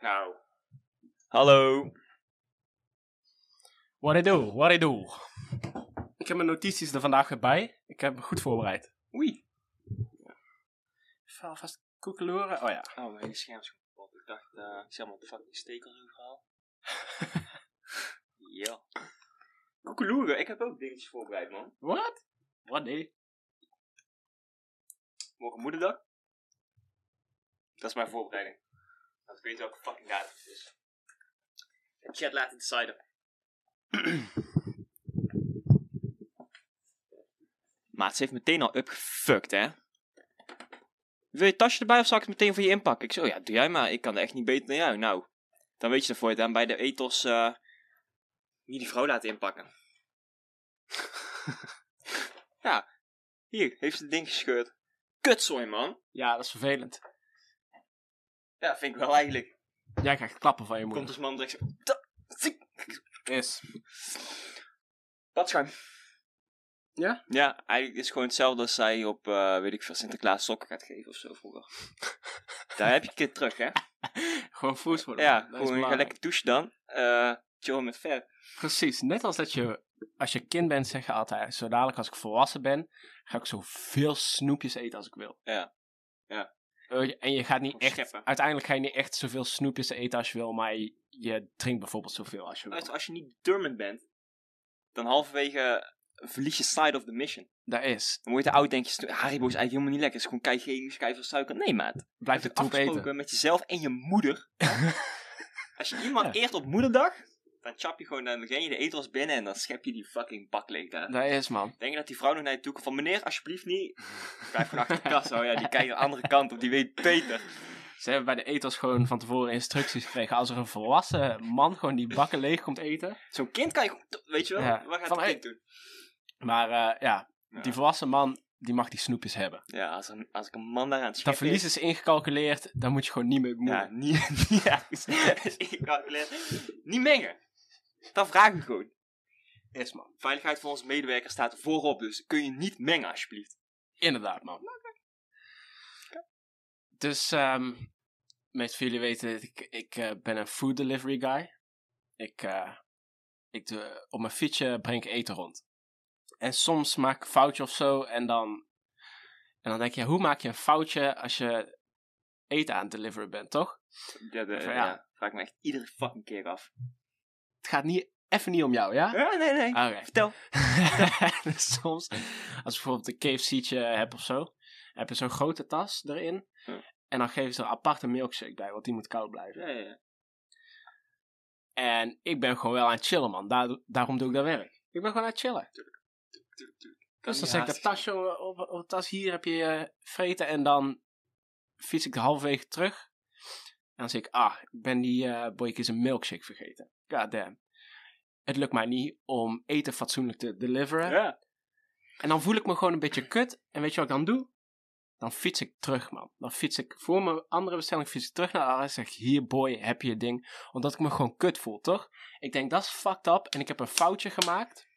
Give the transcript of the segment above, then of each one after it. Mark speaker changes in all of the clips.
Speaker 1: Nou. Hallo.
Speaker 2: What I do, what I do. Ik heb mijn notities er vandaag bij. Ik heb me goed voorbereid.
Speaker 1: Oei.
Speaker 2: Even alvast koekeloeren. Oh ja.
Speaker 1: Oh, mijn scherm is kapot. Ik dacht, eh, ik zeg maar, fucking stekels overal. Ja. Koekeloeren, ik heb ook dingetjes voorbereid, man.
Speaker 2: What? What nee?
Speaker 1: Morgen moederdag. Dat is mijn voorbereiding. Want ik weet welke fucking datum het is. De chat laat het deciden. maar het heeft meteen al upgefucked, hè? Wil je het tasje erbij of zal ik het meteen voor je inpakken? Ik zo, ja, doe jij maar. Ik kan er echt niet beter dan jou. Nou, dan weet je dat voor je dan bij de ethos eh wie die vrouw laat inpakken. ja, hier, heeft ze het ding gescheurd. Kutzooi, man.
Speaker 2: Ja, dat is vervelend.
Speaker 1: Ja, vind ik wel eigenlijk.
Speaker 2: Jij krijgt klappen van je
Speaker 1: Komt
Speaker 2: moeder.
Speaker 1: dus man direct zo... "Ta- zik."
Speaker 2: Is.
Speaker 1: Patschuim.
Speaker 2: Ja?
Speaker 1: Ja, eigenlijk is het gewoon hetzelfde als zij op, eh, weet ik veel, Sinterklaas sokken gaat geven of zo vroeger. Daar heb je het terug, hè?
Speaker 2: Gewoon voers worden.
Speaker 1: Ja,
Speaker 2: Oh, Dat is
Speaker 1: gewoon ga
Speaker 2: belangrijk.
Speaker 1: lekker douchen dan. Eh chill met ver.
Speaker 2: Precies. Net als dat je, als je kind bent, zeg je altijd, zo dadelijk als ik volwassen ben, ga ik zoveel snoepjes eten als ik wil.
Speaker 1: Ja. Ja. Oh,
Speaker 2: Eh, je- En je gaat niet
Speaker 1: Of
Speaker 2: echt,
Speaker 1: scheppen.
Speaker 2: uiteindelijk ga je niet echt zoveel snoepjes eten als je wil, maar je, je drinkt bijvoorbeeld zoveel als je wil.
Speaker 1: Luister, Als je niet determined bent, dan halverwege verlies je side of the mission.
Speaker 2: Daar is.
Speaker 1: Dan word je te oud denk je, "Stu- Haribo is eigenlijk helemaal niet lekker. Het is gewoon keihard keihard suiker. Nee, maat.
Speaker 2: Blijf de
Speaker 1: hebt
Speaker 2: troep
Speaker 1: afgesproken
Speaker 2: eten.
Speaker 1: met jezelf en je moeder. Als je iemand eert op moederdag, dan chap je gewoon, dan ren je de etels binnen en dan schep je die fucking bak leeg daar.
Speaker 2: Daar is, man.
Speaker 1: Denk je dat die vrouw nog naar je toe komt van, meneer, alsjeblieft niet. Blijf gewoon achter de kassa, oh ja, die kijkt de andere kant op, die weet beter.
Speaker 2: Ze hebben bij de etels gewoon van tevoren instructies gekregen. Als er een volwassen man gewoon die bakken leeg komt eten.
Speaker 1: Zo'n kind kan je gewoon, weet je wel,
Speaker 2: Ja.
Speaker 1: wat gaat
Speaker 2: Van,
Speaker 1: het kind doen?
Speaker 2: Maar eh, ja,
Speaker 1: Ja.
Speaker 2: die volwassen man, die mag die snoepjes hebben.
Speaker 1: Ja, als een, als ik een man daar aan het
Speaker 2: Dat
Speaker 1: scheppen
Speaker 2: verlies is ingecalculeerd, daar moet je gewoon niet mee
Speaker 1: is-
Speaker 2: bemoeien.
Speaker 1: Ja, niet, niet, ja, is- is ingecalculeerd. niet mengen. Dan vraag ik gewoon.
Speaker 2: Is, man.
Speaker 1: Veiligheid van onze medewerkers staat voorop, dus kun je niet mengen alsjeblieft.
Speaker 2: Inderdaad, man. Dus, ehm meest van jullie weten, dat ik, ik eh, ben een food delivery guy. Ik, eh, ik doe, op mijn fietsje breng ik eten rond. En soms maak ik een foutje of zo en dan, en dan denk je, hoe maak je een foutje als je eten aan het deliveren bent, toch?
Speaker 1: Ja, de,
Speaker 2: Of,
Speaker 1: ja.
Speaker 2: ja.
Speaker 1: vraag ik me echt iedere fucking keer af.
Speaker 2: Het gaat niet, even niet om jou, ja?
Speaker 1: Ja, nee, nee.
Speaker 2: Oké.
Speaker 1: Vertel.
Speaker 2: dus soms, als ik bijvoorbeeld een KFC'tje heb of zo, heb je zo'n grote tas erin.
Speaker 1: Ja.
Speaker 2: En dan geven ze er apart een milkshake bij, want die moet koud blijven.
Speaker 1: Ja, ja, ja.
Speaker 2: En ik ben gewoon wel aan het chillen, man. Daar- daarom doe ik dat werk. Ik ben gewoon aan het chillen.
Speaker 1: Tuurlijk, tuurlijk.
Speaker 2: Dus dan
Speaker 1: niet
Speaker 2: zeg ik dat
Speaker 1: haastig
Speaker 2: tasje op, op, op de tas, hier heb je eh, vreten. En dan fiets ik halverwege terug. En dan zeg ik, ah, ik ben die eh boykies een milkshake vergeten. God damn. Het lukt mij niet om eten fatsoenlijk te deliveren.
Speaker 1: Ja.
Speaker 2: En dan voel ik me gewoon een beetje kut. En weet je wat ik dan doe? Dan fiets ik terug, man. Dan fiets ik voor mijn andere bestelling fiets ik terug naar Aris. Zeg ik, hier boy, heb je je ding. Omdat ik me gewoon kut voel, toch? Ik denk, dat is fucked up. En ik heb een foutje gemaakt.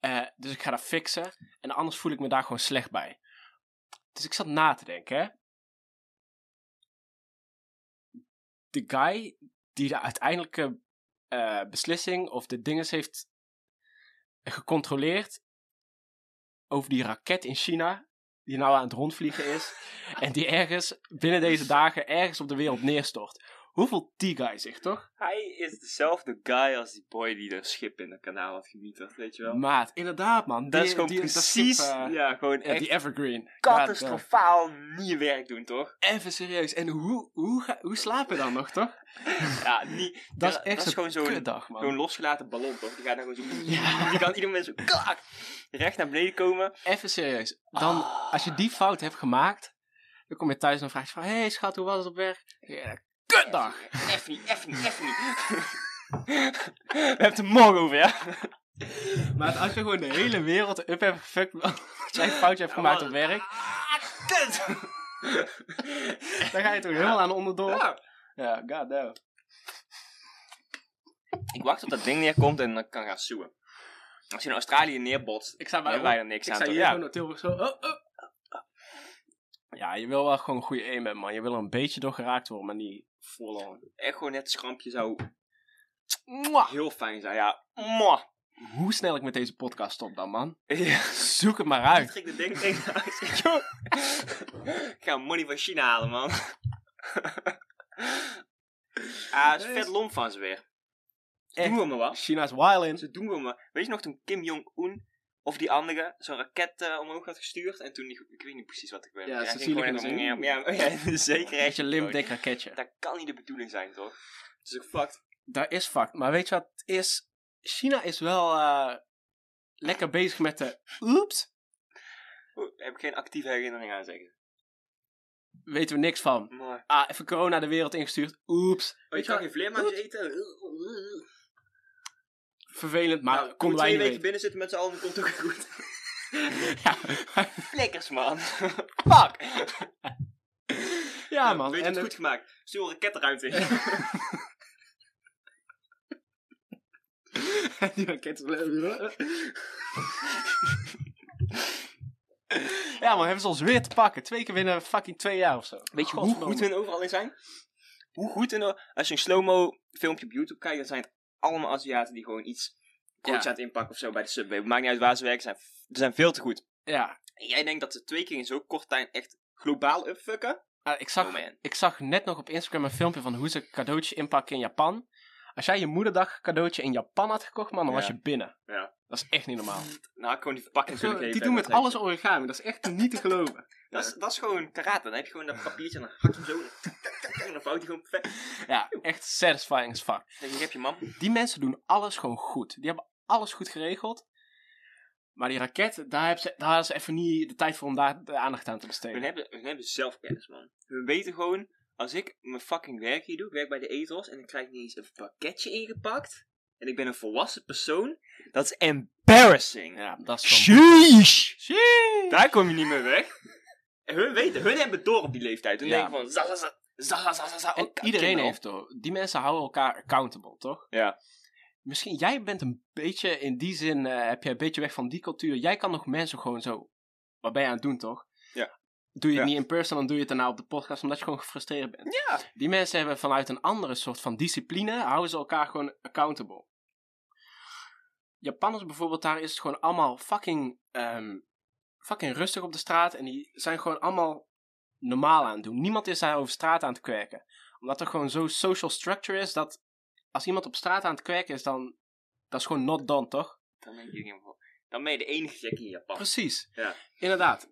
Speaker 2: Eh, dus ik ga dat fixen. En anders voel ik me daar gewoon slecht bij. Dus ik zat na te denken, hè. De guy die de uiteindelijke eh, beslissing of de dinges heeft gecontroleerd, over die raket in China. Die nou aan het rondvliegen is. en die ergens binnen deze dagen ergens op de wereld neerstort. Hoeveel die guy zich toch?
Speaker 1: Hij is dezelfde guy als die boy die dat schip in het kanaal had gemieterd, weet je wel.
Speaker 2: Maat, inderdaad man.
Speaker 1: dat
Speaker 2: Die-
Speaker 1: is gewoon
Speaker 2: die- dat
Speaker 1: precies,
Speaker 2: schip, eh,
Speaker 1: ja, gewoon
Speaker 2: ja,
Speaker 1: echt
Speaker 2: die Evergreen. Ja,
Speaker 1: katastrofaal niet je werk doen, toch?
Speaker 2: ja. Even serieus. En hoe, hoe, ga, hoe slaap je dan nog toch?
Speaker 1: Ja, niet,
Speaker 2: Dat is echt
Speaker 1: dat is
Speaker 2: zo'n
Speaker 1: gewoon zo'n
Speaker 2: kutdag man.
Speaker 1: zo'n losgelaten ballon, toch? Die gaat dan gewoon zo,
Speaker 2: Ja.
Speaker 1: die kan ieder moment zo, klak, recht naar beneden komen.
Speaker 2: Even serieus. Dan,
Speaker 1: Ah.
Speaker 2: als je die fout hebt gemaakt. Dan kom je thuis en dan vraag je van... Hé hey, schat, hoe was het op weg? Ja, kutdag!
Speaker 1: F niet, F niet, F niet. We hebben het er morgen over, ja?
Speaker 2: Maar als je gewoon de hele wereld up hebt gefuckt... Als jij een foutje hebt gemaakt op werk...
Speaker 1: Ah, kut!
Speaker 2: Dan ga je toch helemaal aan onderdoor.
Speaker 1: Ja.
Speaker 2: Ja, goddamn.
Speaker 1: Ik wacht op dat ding neerkomt en dan kan gaan zoeën. Als je in Australië neerbotst,
Speaker 2: Ik sta
Speaker 1: dan hebben wij er niks
Speaker 2: Ik
Speaker 1: aan.
Speaker 2: sta
Speaker 1: toch?
Speaker 2: hier
Speaker 1: Ja.
Speaker 2: gewoon op Tilburg zo. Oh, oh. Ja, je wil wel gewoon een goede aim hebben, man. Je wil er een beetje door geraakt worden, maar niet Full on.
Speaker 1: Echt gewoon net een schrampje zou
Speaker 2: Mwah.
Speaker 1: heel fijn zijn. Ja, mwah.
Speaker 2: Hoe snel ik met deze podcast stop dan, man?
Speaker 1: Ja,
Speaker 2: Zoek het maar
Speaker 1: ik
Speaker 2: uit.
Speaker 1: trek de ding tegen uit. Ik zeg, joh, Ik ga money van China halen, man. Ah, is vet lomp van ze weer.
Speaker 2: Echt.
Speaker 1: Doen we maar wat.
Speaker 2: China's wildin.
Speaker 1: Ze doen we maar. Weet je nog toen Kim Jong-un of die andere zo'n raket eh, omhoog had gestuurd? En toen, die, ik weet niet precies wat ik ben.
Speaker 2: Ja,
Speaker 1: hij ging
Speaker 2: Sicilië
Speaker 1: gewoon
Speaker 2: ging
Speaker 1: echt
Speaker 2: ze-
Speaker 1: om- Ja, ja, zeker.
Speaker 2: Echt je lim
Speaker 1: echt.
Speaker 2: dik raketje.
Speaker 1: Dat kan niet de bedoeling zijn, toch? Het is ook fucked.
Speaker 2: Dat is fucked. Maar weet je wat het is? China is wel eh, lekker bezig met de... Oeps.
Speaker 1: Oeh, Oh, Daar heb ik geen actieve herinnering aan, zeggen.
Speaker 2: Weten we niks van.
Speaker 1: Maar...
Speaker 2: Ah, even corona de wereld ingestuurd. Oeps.
Speaker 1: Oh, je
Speaker 2: Weet je
Speaker 1: kan
Speaker 2: wel,
Speaker 1: geen vleermuis eten?
Speaker 2: Vervelend, maar
Speaker 1: Nou,
Speaker 2: konden
Speaker 1: twee
Speaker 2: wij niet
Speaker 1: weken
Speaker 2: weten.
Speaker 1: binnen zitten met z'n allen, komt ook goed.
Speaker 2: Ja,
Speaker 1: Flikkers, man. Fuck.
Speaker 2: ja man.
Speaker 1: Weet je
Speaker 2: En
Speaker 1: het
Speaker 2: eh, het-
Speaker 1: goed gemaakt? Stuur een raketruimte in.
Speaker 2: die raket is leuk. Ja man, hebben ze ons weer te pakken. Twee keer binnen fucking twee jaar of zo.
Speaker 1: Weet je hoe goed hun overal in zijn? Hoe goed hun... o- Als je een slow-mo filmpje op YouTube kijkt, dan zijn het allemaal Aziaten die gewoon iets groots
Speaker 2: Ja.
Speaker 1: aan het inpakken of zo bij de subway. Maakt niet uit waar ze werken, ze zijn, ze zijn veel te goed.
Speaker 2: Ja,
Speaker 1: En jij denkt dat ze twee keer in zo'n kort tijd echt globaal upfucken?
Speaker 2: Ah, ik, zag,
Speaker 1: Oh, man.
Speaker 2: ik zag net nog op Instagram een filmpje van hoe ze een cadeautje inpakken in Japan. Als jij je moederdag cadeautje in Japan had gekocht, man, dan
Speaker 1: Ja.
Speaker 2: was je binnen.
Speaker 1: Ja.
Speaker 2: Dat is echt niet normaal.
Speaker 1: Nou, had ik gewoon die verpakking willen geven.
Speaker 2: Die doen met
Speaker 1: Dat
Speaker 2: alles origami, dat is echt niet te geloven.
Speaker 1: Dat is, dat is gewoon karate. Dan heb je gewoon dat papiertje en dan hak je hem zo. en tik, tik, tik, tik, En dan vouwt hij gewoon perfect.
Speaker 2: Ja, echt satisfying as fuck.
Speaker 1: Dan denk je, hier heb je man.
Speaker 2: Die mensen doen alles gewoon goed. Die hebben alles goed geregeld. Maar die raket, daar hebben ze, daar hadden ze even niet de tijd voor om daar de aandacht aan te
Speaker 1: Hun
Speaker 2: besteden.
Speaker 1: hebben, hun hebben zelfkennis, man. Hun weten gewoon, als ik mijn fucking werk hier doe, ik werk bij de ethos en ik krijg niet eens een pakketje ingepakt. En ik ben een volwassen persoon. Dat is embarrassing.
Speaker 2: Ja, dat is gewoon...
Speaker 1: Sheesh!
Speaker 2: Sheesh.
Speaker 1: Daar kom je niet meer weg. En hun weten, hun hebben door op die leeftijd. Hun
Speaker 2: Ja.
Speaker 1: denken van, za, za, za, za, za, za, za.
Speaker 2: En
Speaker 1: Oh, k-
Speaker 2: iedereen
Speaker 1: kinderen.
Speaker 2: heeft toch. Die mensen houden elkaar accountable, toch?
Speaker 1: Ja.
Speaker 2: Misschien, jij bent een beetje, in die zin eh, heb jij een beetje weg van die cultuur. Jij kan nog mensen gewoon zo, wat ben je aan het doen, toch?
Speaker 1: Ja.
Speaker 2: Doe je het
Speaker 1: Ja.
Speaker 2: niet in person, dan doe je het daarna op de podcast, omdat je gewoon gefrustreerd bent.
Speaker 1: Ja.
Speaker 2: Die mensen hebben vanuit een andere soort van discipline, houden ze elkaar gewoon accountable. Japanners bijvoorbeeld, daar is het gewoon allemaal fucking, ehm, fucking rustig op de straat. En die zijn gewoon allemaal normaal aan het doen. Niemand is daar over straat aan het kwerken. Omdat er gewoon zo'n social structure is dat als iemand op straat aan het kwerken is, dan dat is gewoon not done, toch?
Speaker 1: Dan ben je, dan ben je de enige gek in Japan.
Speaker 2: Precies.
Speaker 1: Ja.
Speaker 2: Inderdaad.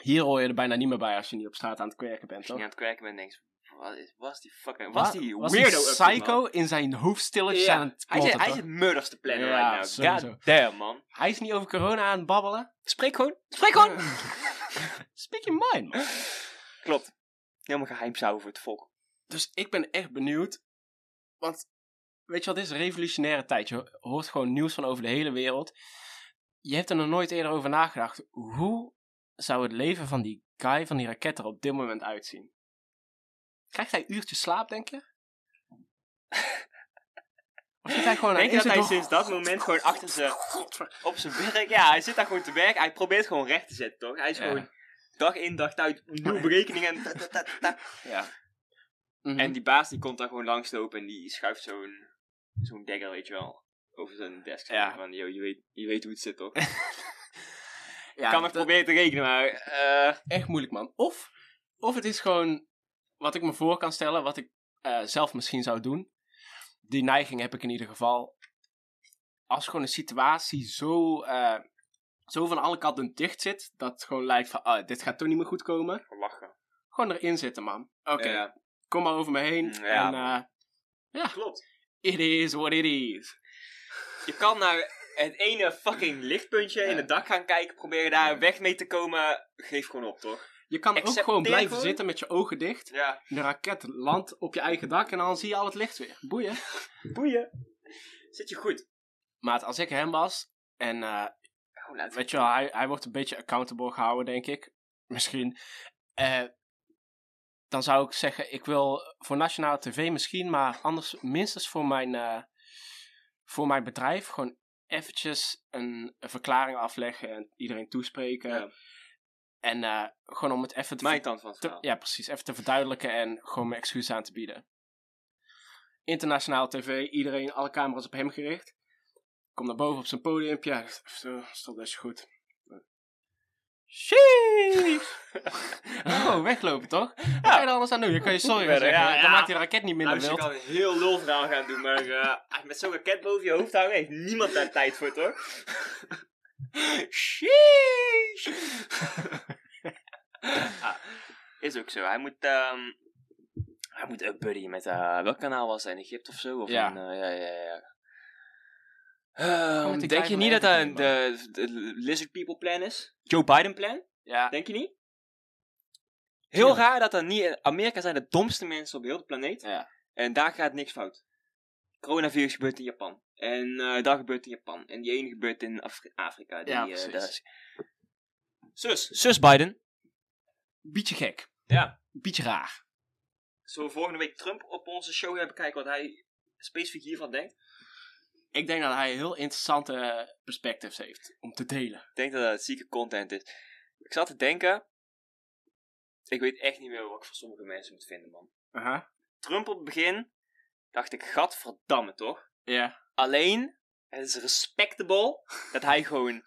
Speaker 2: Hier hoor je er bijna niet meer bij als je niet op straat aan het kwerken bent,
Speaker 1: Als je
Speaker 2: toch?
Speaker 1: niet aan het kwerken bent, denk je, wat is, was die fucking,
Speaker 2: Wa-
Speaker 1: was die
Speaker 2: was
Speaker 1: weirdo up to, man?
Speaker 2: psycho in zijn hoofdstilletje
Speaker 1: Ja.
Speaker 2: aan het
Speaker 1: Hij zit,
Speaker 2: plotten,
Speaker 1: hij
Speaker 2: toch?
Speaker 1: zit murders te plannen
Speaker 2: Ja,
Speaker 1: right now.
Speaker 2: sowieso.
Speaker 1: God damn, man.
Speaker 2: Hij is niet over corona aan het babbelen.
Speaker 1: Spreek gewoon. Spreek gewoon.
Speaker 2: Speak your mind, man.
Speaker 1: Klopt. Helemaal geheim zouden voor het volk.
Speaker 2: Dus ik ben echt benieuwd. Want, weet je wat, dit is een revolutionaire tijd. Je ho- hoort gewoon nieuws van over de hele wereld. Je hebt er nog nooit eerder over nagedacht. Hoe zou het leven van die guy van die raket er op dit moment uitzien? Krijgt hij uurtjes slaap, denk je? Of zit hij gewoon aan
Speaker 1: Denk je
Speaker 2: één
Speaker 1: dat hij
Speaker 2: zit door-
Speaker 1: sinds dat moment gewoon achter zijn, op zijn werk, ja, hij zit daar gewoon te werk. Hij probeert gewoon recht te zetten, toch? Hij is
Speaker 2: Ja.
Speaker 1: gewoon dag in, dag uit, nieuwe berekeningen. en ta, ta, ta, ta.
Speaker 2: Ja. Mhm.
Speaker 1: En die baas die komt daar gewoon langs lopen en die schuift zo'n zo'n dagger, weet je wel, over zijn desk.
Speaker 2: Ja.
Speaker 1: Van, yo, je weet, je weet hoe het zit, toch?
Speaker 2: ja,
Speaker 1: kan nog
Speaker 2: dat-
Speaker 1: proberen te rekenen, maar... eh,
Speaker 2: echt moeilijk, man. Of, of het is gewoon wat ik me voor kan stellen, wat ik eh, zelf misschien zou doen. Die neiging heb ik in ieder geval. Als gewoon een situatie zo, eh, zo van alle kanten dicht zit, dat het gewoon lijkt van, ah, dit gaat toch niet meer goed komen.
Speaker 1: lachen.
Speaker 2: Gewoon erin zitten, man. Oké,
Speaker 1: eh, Ja, Mm,
Speaker 2: kom maar over me heen.
Speaker 1: Ja,
Speaker 2: en eh,
Speaker 1: klopt.
Speaker 2: it is what it is.
Speaker 1: Je kan naar het ene fucking lichtpuntje in het dak gaan kijken, proberen daar een weg mee te komen. Geef gewoon op, toch?
Speaker 2: Je kan ook
Speaker 1: Accepteer
Speaker 2: gewoon blijven
Speaker 1: gewoon.
Speaker 2: zitten met je ogen dicht.
Speaker 1: Ja.
Speaker 2: De raket landt op je eigen dak en dan zie je al het licht weer. Boeien.
Speaker 1: Boeien. Zit je goed?
Speaker 2: Maat, als ik hem was en eh,
Speaker 1: Gewoon laten
Speaker 2: Weet je wel, hij, hij wordt een beetje accountable gehouden, denk ik. Misschien. Eh, dan zou ik zeggen, ik wil voor nationale tv misschien, maar anders minstens voor mijn, eh, voor mijn bedrijf gewoon eventjes een, een verklaring afleggen en iedereen toespreken.
Speaker 1: Ja.
Speaker 2: En eh, gewoon om het even te
Speaker 1: Mijn kant van het
Speaker 2: eh, te-
Speaker 1: verhaal.
Speaker 2: ja, precies. Even te verduidelijken en gewoon mijn excuus aan te bieden. Internationaal tv, iedereen, alle camera's op hem gericht. Kom naar boven op zijn podium. Ja, dat- zo, stond best goed. Sheesh! oh, weglopen toch? Wat ga je er anders aan doen? Je kan je sorry
Speaker 1: Verder,
Speaker 2: zeggen.
Speaker 1: ja, ja.
Speaker 2: Dan maakt die raket niet minder
Speaker 1: Nou, dus je
Speaker 2: wild.
Speaker 1: kan een heel lul verhaal gaan doen, maar eh, met zo'n raket boven je hoofd hangen heeft niemand daar tijd voor, toch? Sheesh! Ah, is ook zo. Hij moet, ehm hij moet upbuddy met, eh, welk kanaal was hij? In Egypte of zo? Of
Speaker 2: Ja.
Speaker 1: in, eh, ja, ja, ja. Ehm,
Speaker 2: Gewoon met die
Speaker 1: denk
Speaker 2: guy
Speaker 1: je
Speaker 2: van
Speaker 1: niet dat hij
Speaker 2: Everton,
Speaker 1: de, de Lizard People plan is? Joe Biden plan?
Speaker 2: Ja,
Speaker 1: Denk je niet? Heel
Speaker 2: Tuurlijk.
Speaker 1: raar dat dat niet... Amerika zijn de domste mensen op heel de planeet.
Speaker 2: Ja.
Speaker 1: En daar gaat niks fout. Coronavirus gebeurt in Japan. En eh, dat gebeurt in Japan. En die ene gebeurt in Afri- Afrika. Die,
Speaker 2: Ja,
Speaker 1: eh,
Speaker 2: precies.
Speaker 1: daar is- Zus. Zus Biden.
Speaker 2: beetje gek.
Speaker 1: Ja.
Speaker 2: Beetje raar.
Speaker 1: Zullen we volgende week Trump op onze show hebben? Kijken wat hij specifiek hiervan denkt.
Speaker 2: Ik denk dat hij heel interessante perspectives heeft om te delen.
Speaker 1: Ik denk dat dat zieke content is. Ik zat te denken... Ik weet echt niet meer wat ik voor sommige mensen moet vinden, man.
Speaker 2: Aha.
Speaker 1: Trump op het begin dacht ik, gadverdamme toch?
Speaker 2: Ja.
Speaker 1: Alleen, het is respectable dat hij gewoon,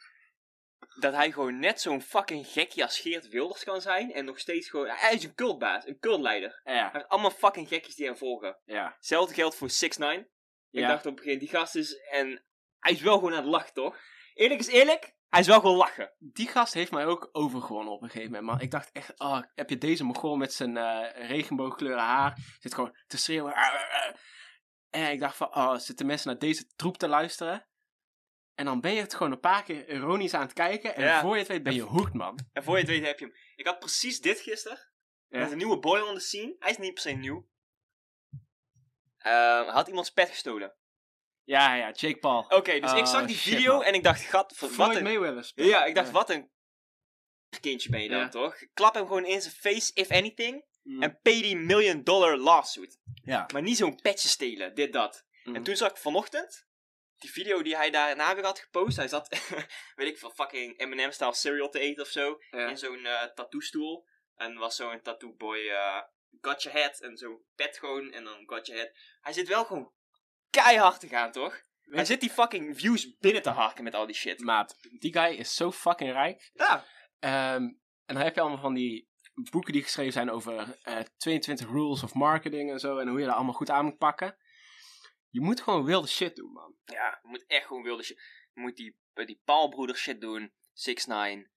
Speaker 1: dat hij gewoon net zo'n fucking gekje als Geert Wilders kan zijn. En nog steeds gewoon, hij is een cultbaas, een cultleider.
Speaker 2: Ja.
Speaker 1: Hij heeft allemaal fucking gekjes die hem volgen.
Speaker 2: Ja.
Speaker 1: Hetzelfde geldt voor 6 9 Ik
Speaker 2: Ja.
Speaker 1: dacht op het begin, die gast is, en hij is wel gewoon aan het lachen, toch? Eerlijk is eerlijk, hij is wel gewoon lachen.
Speaker 2: die gast heeft mij ook overgewonnen op een gegeven moment. Maar ik dacht echt, oh, heb je deze Mongool met zijn eh regenboogkleuren haar? Zit gewoon te schreeuwen. "Ah, ah, ah." En ik dacht van, oh, zitten mensen naar deze troep te luisteren? En dan ben je het gewoon een paar keer ironisch aan het kijken. En
Speaker 1: Ja.
Speaker 2: voor je het weet ben je hoekt, man.
Speaker 1: En voor je het weet heb je hem. Ik had precies dit gisteren.
Speaker 2: Ja.
Speaker 1: Met een nieuwe boy on the scene. Hij is niet per se nieuw. Eh, had iemands pet gestolen.
Speaker 2: Ja, ja, Jake Paul.
Speaker 1: Oké, dus ik
Speaker 2: Oh,
Speaker 1: zag die
Speaker 2: shit,
Speaker 1: video
Speaker 2: man.
Speaker 1: en ik dacht, gat, wat
Speaker 2: Floyd
Speaker 1: een
Speaker 2: Mayweather.
Speaker 1: Ja, ik dacht, wat een kindje ben je dan,
Speaker 2: Ja.
Speaker 1: toch? Klap hem gewoon in zijn face, if anything.
Speaker 2: Mm.
Speaker 1: En pay die million dollar lawsuit.
Speaker 2: Ja.
Speaker 1: Maar niet zo'n petje stelen, dit, dat.
Speaker 2: Mm.
Speaker 1: En toen zag ik vanochtend die video die hij daarna weer had gepost. Hij zat, weet ik veel, fucking M&M-style cereal te eten of zo.
Speaker 2: Ja.
Speaker 1: In zo'n eh tattoo-stoel. En was zo'n tattoo-boy, eh, got your head. En zo'n pet gewoon, en dan got your head. Hij zit wel gewoon keihard te gaan, toch? Hij zit die fucking views binnen te harken met al die shit.
Speaker 2: Maat, die guy is zo fucking rijk.
Speaker 1: Ja,
Speaker 2: Ehm, en dan heb je allemaal van die boeken die geschreven zijn over eh 22 rules of marketing en zo. En hoe je dat allemaal goed aan moet pakken. Je moet gewoon wilde shit doen, man.
Speaker 1: Ja, je moet echt gewoon wilde shit. Je moet die, die Paalbroeder shit doen. 6 9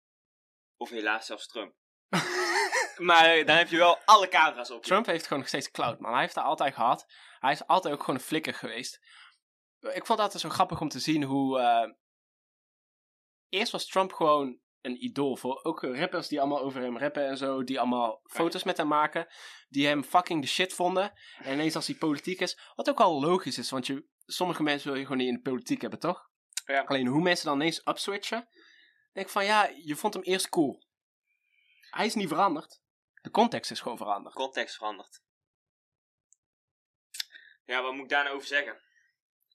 Speaker 1: Of helaas zelfs Trump. maar eh, dan heb je wel alle camera's op. je.
Speaker 2: Trump heeft gewoon nog steeds cloud, man. Hij heeft dat altijd gehad. Hij is altijd ook gewoon een flikker geweest. Ik vond dat zo grappig om te zien hoe... eh, eerst was Trump gewoon een idool voor ook rappers die allemaal over hem rappen en zo. Die allemaal foto's met hem maken. Die hem fucking de shit vonden. En ineens als hij politiek is. Wat ook al logisch is, want je, sommige mensen wil je gewoon niet in de politiek hebben, toch?
Speaker 1: Ja.
Speaker 2: Alleen hoe mensen dan ineens upswitchen. Denk van ja, je vond hem eerst cool. Hij is niet veranderd. De context is gewoon veranderd.
Speaker 1: Context veranderd. Ja, wat moet ik daar nou over zeggen?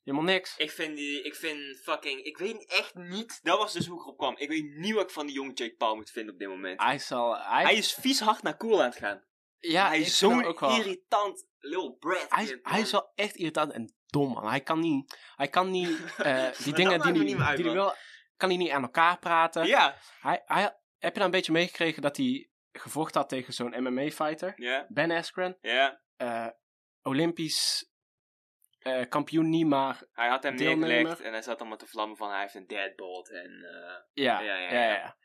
Speaker 2: Helemaal niks.
Speaker 1: Ik vind die, ik vind fucking, ik weet echt niet. Dat was dus hoe ik erop kwam. Ik weet niet wat ik van die jonge Jake Paul moet vinden op dit moment.
Speaker 2: Hij zal. Hij,
Speaker 1: Hij is vies hard naar cool aan het gaan.
Speaker 2: ja,
Speaker 1: hij
Speaker 2: ik
Speaker 1: is
Speaker 2: vind hem
Speaker 1: zo'n
Speaker 2: ook wel-
Speaker 1: irritant little brat.
Speaker 2: Hij, is-
Speaker 1: kind,
Speaker 2: hij is
Speaker 1: man.
Speaker 2: wel echt irritant en dom, man. Hij kan niet. Hij kan niet. eh, die
Speaker 1: dat
Speaker 2: dingen
Speaker 1: maakt
Speaker 2: die,
Speaker 1: me
Speaker 2: die,
Speaker 1: niet meer uit,
Speaker 2: die hij
Speaker 1: man.
Speaker 2: wil. Kan hij niet aan elkaar praten.
Speaker 1: Ja.
Speaker 2: Hij, hij, heb je nou een beetje meegekregen dat hij gevochten had tegen zo'n MMA-fighter?
Speaker 1: Ja.
Speaker 2: Ben Askren.
Speaker 1: Ja.
Speaker 2: eh, Olympisch eh, kampioen niet, maar.
Speaker 1: Hij had hem
Speaker 2: Deelnemer.
Speaker 1: neergelegd en hij zat allemaal te vlammen van hij heeft een deadbolt en... eh,
Speaker 2: Ja,
Speaker 1: Ja, ja,
Speaker 2: ja,
Speaker 1: ja.
Speaker 2: ja.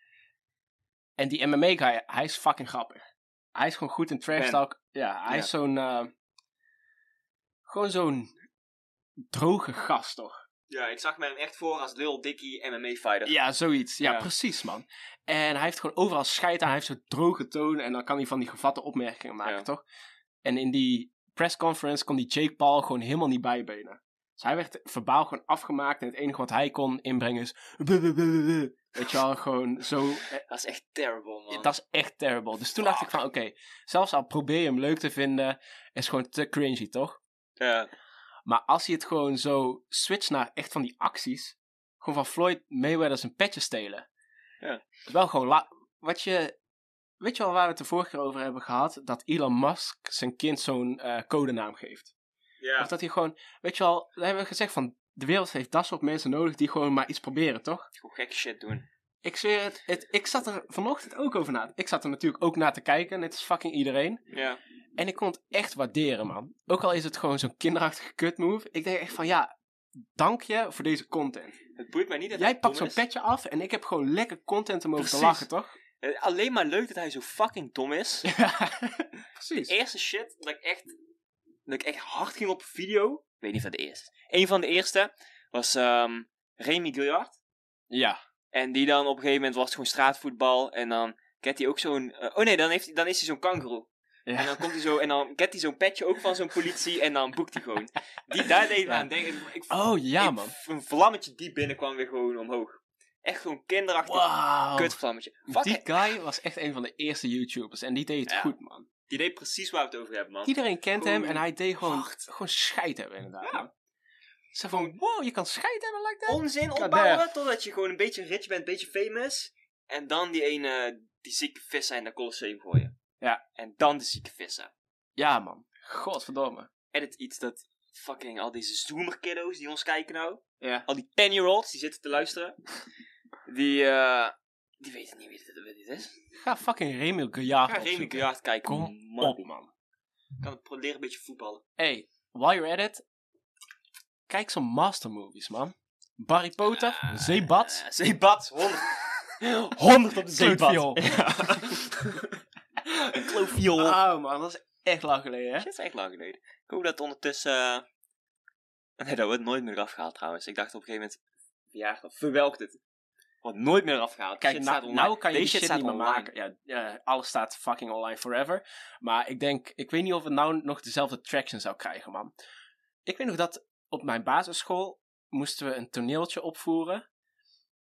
Speaker 2: En die MMA-guy, hij is fucking grappig. Hij is gewoon goed in trash
Speaker 1: Ben.
Speaker 2: talk. Ja, hij
Speaker 1: Ja.
Speaker 2: is zo'n... eh, gewoon zo'n droge gast, toch?
Speaker 1: Ja, ik zag me hem echt voor als Lil Dicky MMA fighter.
Speaker 2: Ja, zoiets. Ja,
Speaker 1: Ja.
Speaker 2: precies, man. En hij heeft gewoon overal scheid aan. Hij heeft zo'n droge toon. En dan kan hij van die gevatte opmerkingen maken,
Speaker 1: Ja.
Speaker 2: toch? En in die pressconference kon die Jake Paul gewoon helemaal niet bijbenen. Dus hij werd verbaal gewoon afgemaakt. En het enige wat hij kon inbrengen is... Weet je wel, gewoon zo eh,
Speaker 1: Dat is echt terrible, man.
Speaker 2: Dat is echt terrible. Dus toen dacht ik van, oké, zelfs al probeer je hem leuk te vinden, is gewoon te cringy, toch?
Speaker 1: Ja.
Speaker 2: Maar als hij het gewoon zo switcht naar echt van die acties, gewoon van Floyd Mayweather zijn petje stelen.
Speaker 1: Ja.
Speaker 2: Wel gewoon, la- wat je weet je wel waar we het de vorige keer over hebben gehad? Dat Elon Musk zijn kind zo'n eh, codenaam geeft. Of
Speaker 1: Ja.
Speaker 2: dat hij gewoon, weet je wel, we hebben gezegd van, de wereld heeft dat soort mensen nodig die gewoon maar iets proberen, toch?
Speaker 1: Gewoon gekke shit doen.
Speaker 2: Ik zweer het, het- ik zat er vanochtend ook over na. Ik zat er natuurlijk ook naar te kijken, net als fucking iedereen.
Speaker 1: Ja.
Speaker 2: En ik kon het echt waarderen, man. Ook al is het gewoon zo'n kinderachtige kutmove. Ik denk echt van, ja, dank je voor deze content.
Speaker 1: Het boeit mij niet dat hij
Speaker 2: Jij
Speaker 1: dom
Speaker 2: pakt zo'n
Speaker 1: is.
Speaker 2: petje af en ik heb gewoon lekker content om over te
Speaker 1: Precies.
Speaker 2: lachen, toch?
Speaker 1: Eh, Alleen maar leuk dat hij zo fucking dom is.
Speaker 2: Ja, precies.
Speaker 1: eerste shit dat ik echt, dat ik echt hard ging op video. Ik weet niet of dat de eerste is. Een van de eerste was ehm Remy Guillard.
Speaker 2: Ja.
Speaker 1: En die dan op een gegeven moment was het gewoon straatvoetbal. En dan kent hij ook zo'n... eh, oh nee, dan, heeft, hij- dan is hij zo'n kangoeroe. En dan komt hij zo... En dan kent hij zo'n petje ook van zo'n politie. En dan boekt hij gewoon. Die, daar deed me
Speaker 2: Ja.
Speaker 1: aan denken. Ik- Ik,
Speaker 2: Oh ja,
Speaker 1: ik-
Speaker 2: man.
Speaker 1: Een vlammetje diep binnen kwam weer gewoon omhoog. Echt gewoon kinderachtig
Speaker 2: Wauw.
Speaker 1: kutvlammetje. Fuck,
Speaker 2: Die
Speaker 1: die...
Speaker 2: guy was echt een van de eerste YouTubers en die deed het
Speaker 1: Ja.
Speaker 2: goed, man.
Speaker 1: die deed precies waar we het over hebben, man.
Speaker 2: Iedereen kent hem en
Speaker 1: Gewoon
Speaker 2: hij deed gewoon,
Speaker 1: hard.
Speaker 2: gewoon scheid hebben, inderdaad.
Speaker 1: Ja.
Speaker 2: man. Ze van, wow, je kan scheid hebben like that?
Speaker 1: onzin
Speaker 2: God
Speaker 1: opbouwen
Speaker 2: damn.
Speaker 1: totdat je gewoon een beetje rich bent, een beetje famous. En dan die ene, die zieke vissen in de Colosseum gooien.
Speaker 2: Ja.
Speaker 1: En dan de zieke vissen.
Speaker 2: Ja, man. Godverdomme.
Speaker 1: En het iets dat fucking al deze zoomerkiddo's die ons kijken nou.
Speaker 2: Ja.
Speaker 1: Al die 10-year-olds die zitten te luisteren. Die, eh, die weten niet wie dit, wie dit is.
Speaker 2: Ga fucking Remy Gaillard
Speaker 1: Ga Remy
Speaker 2: opzoeken.
Speaker 1: Guillard kijken.
Speaker 2: Kom
Speaker 1: man.
Speaker 2: op, man.
Speaker 1: Kan het pro- leren een beetje voetballen.
Speaker 2: Hey, while you're at it, kijk zo'n mastermovies, man. Barry Potter, Zeebad.
Speaker 1: Eh, zeebad, 100.
Speaker 2: 100 op de
Speaker 1: Zeebad. Een kloofviool.
Speaker 2: Oh, man, dat is echt lang geleden, hè?
Speaker 1: Shit, dat is echt lang geleden. Ik hoop dat ondertussen... eh, Nee, dat wordt nooit meer eraf gehaald trouwens. Ik dacht op een gegeven moment... Verjaardag, verwelkt het. Wordt nooit meer eraf gehaald.
Speaker 2: Kijk,
Speaker 1: Shit
Speaker 2: nou,
Speaker 1: staat online.
Speaker 2: nou kan je
Speaker 1: Deze
Speaker 2: die shit, niet meer
Speaker 1: online.
Speaker 2: maken. Ja, ja, alles staat fucking online forever. Maar ik denk, ik weet niet of het nou nog dezelfde traction zou krijgen, man. Ik weet nog dat op mijn basisschool moesten we een toneeltje opvoeren.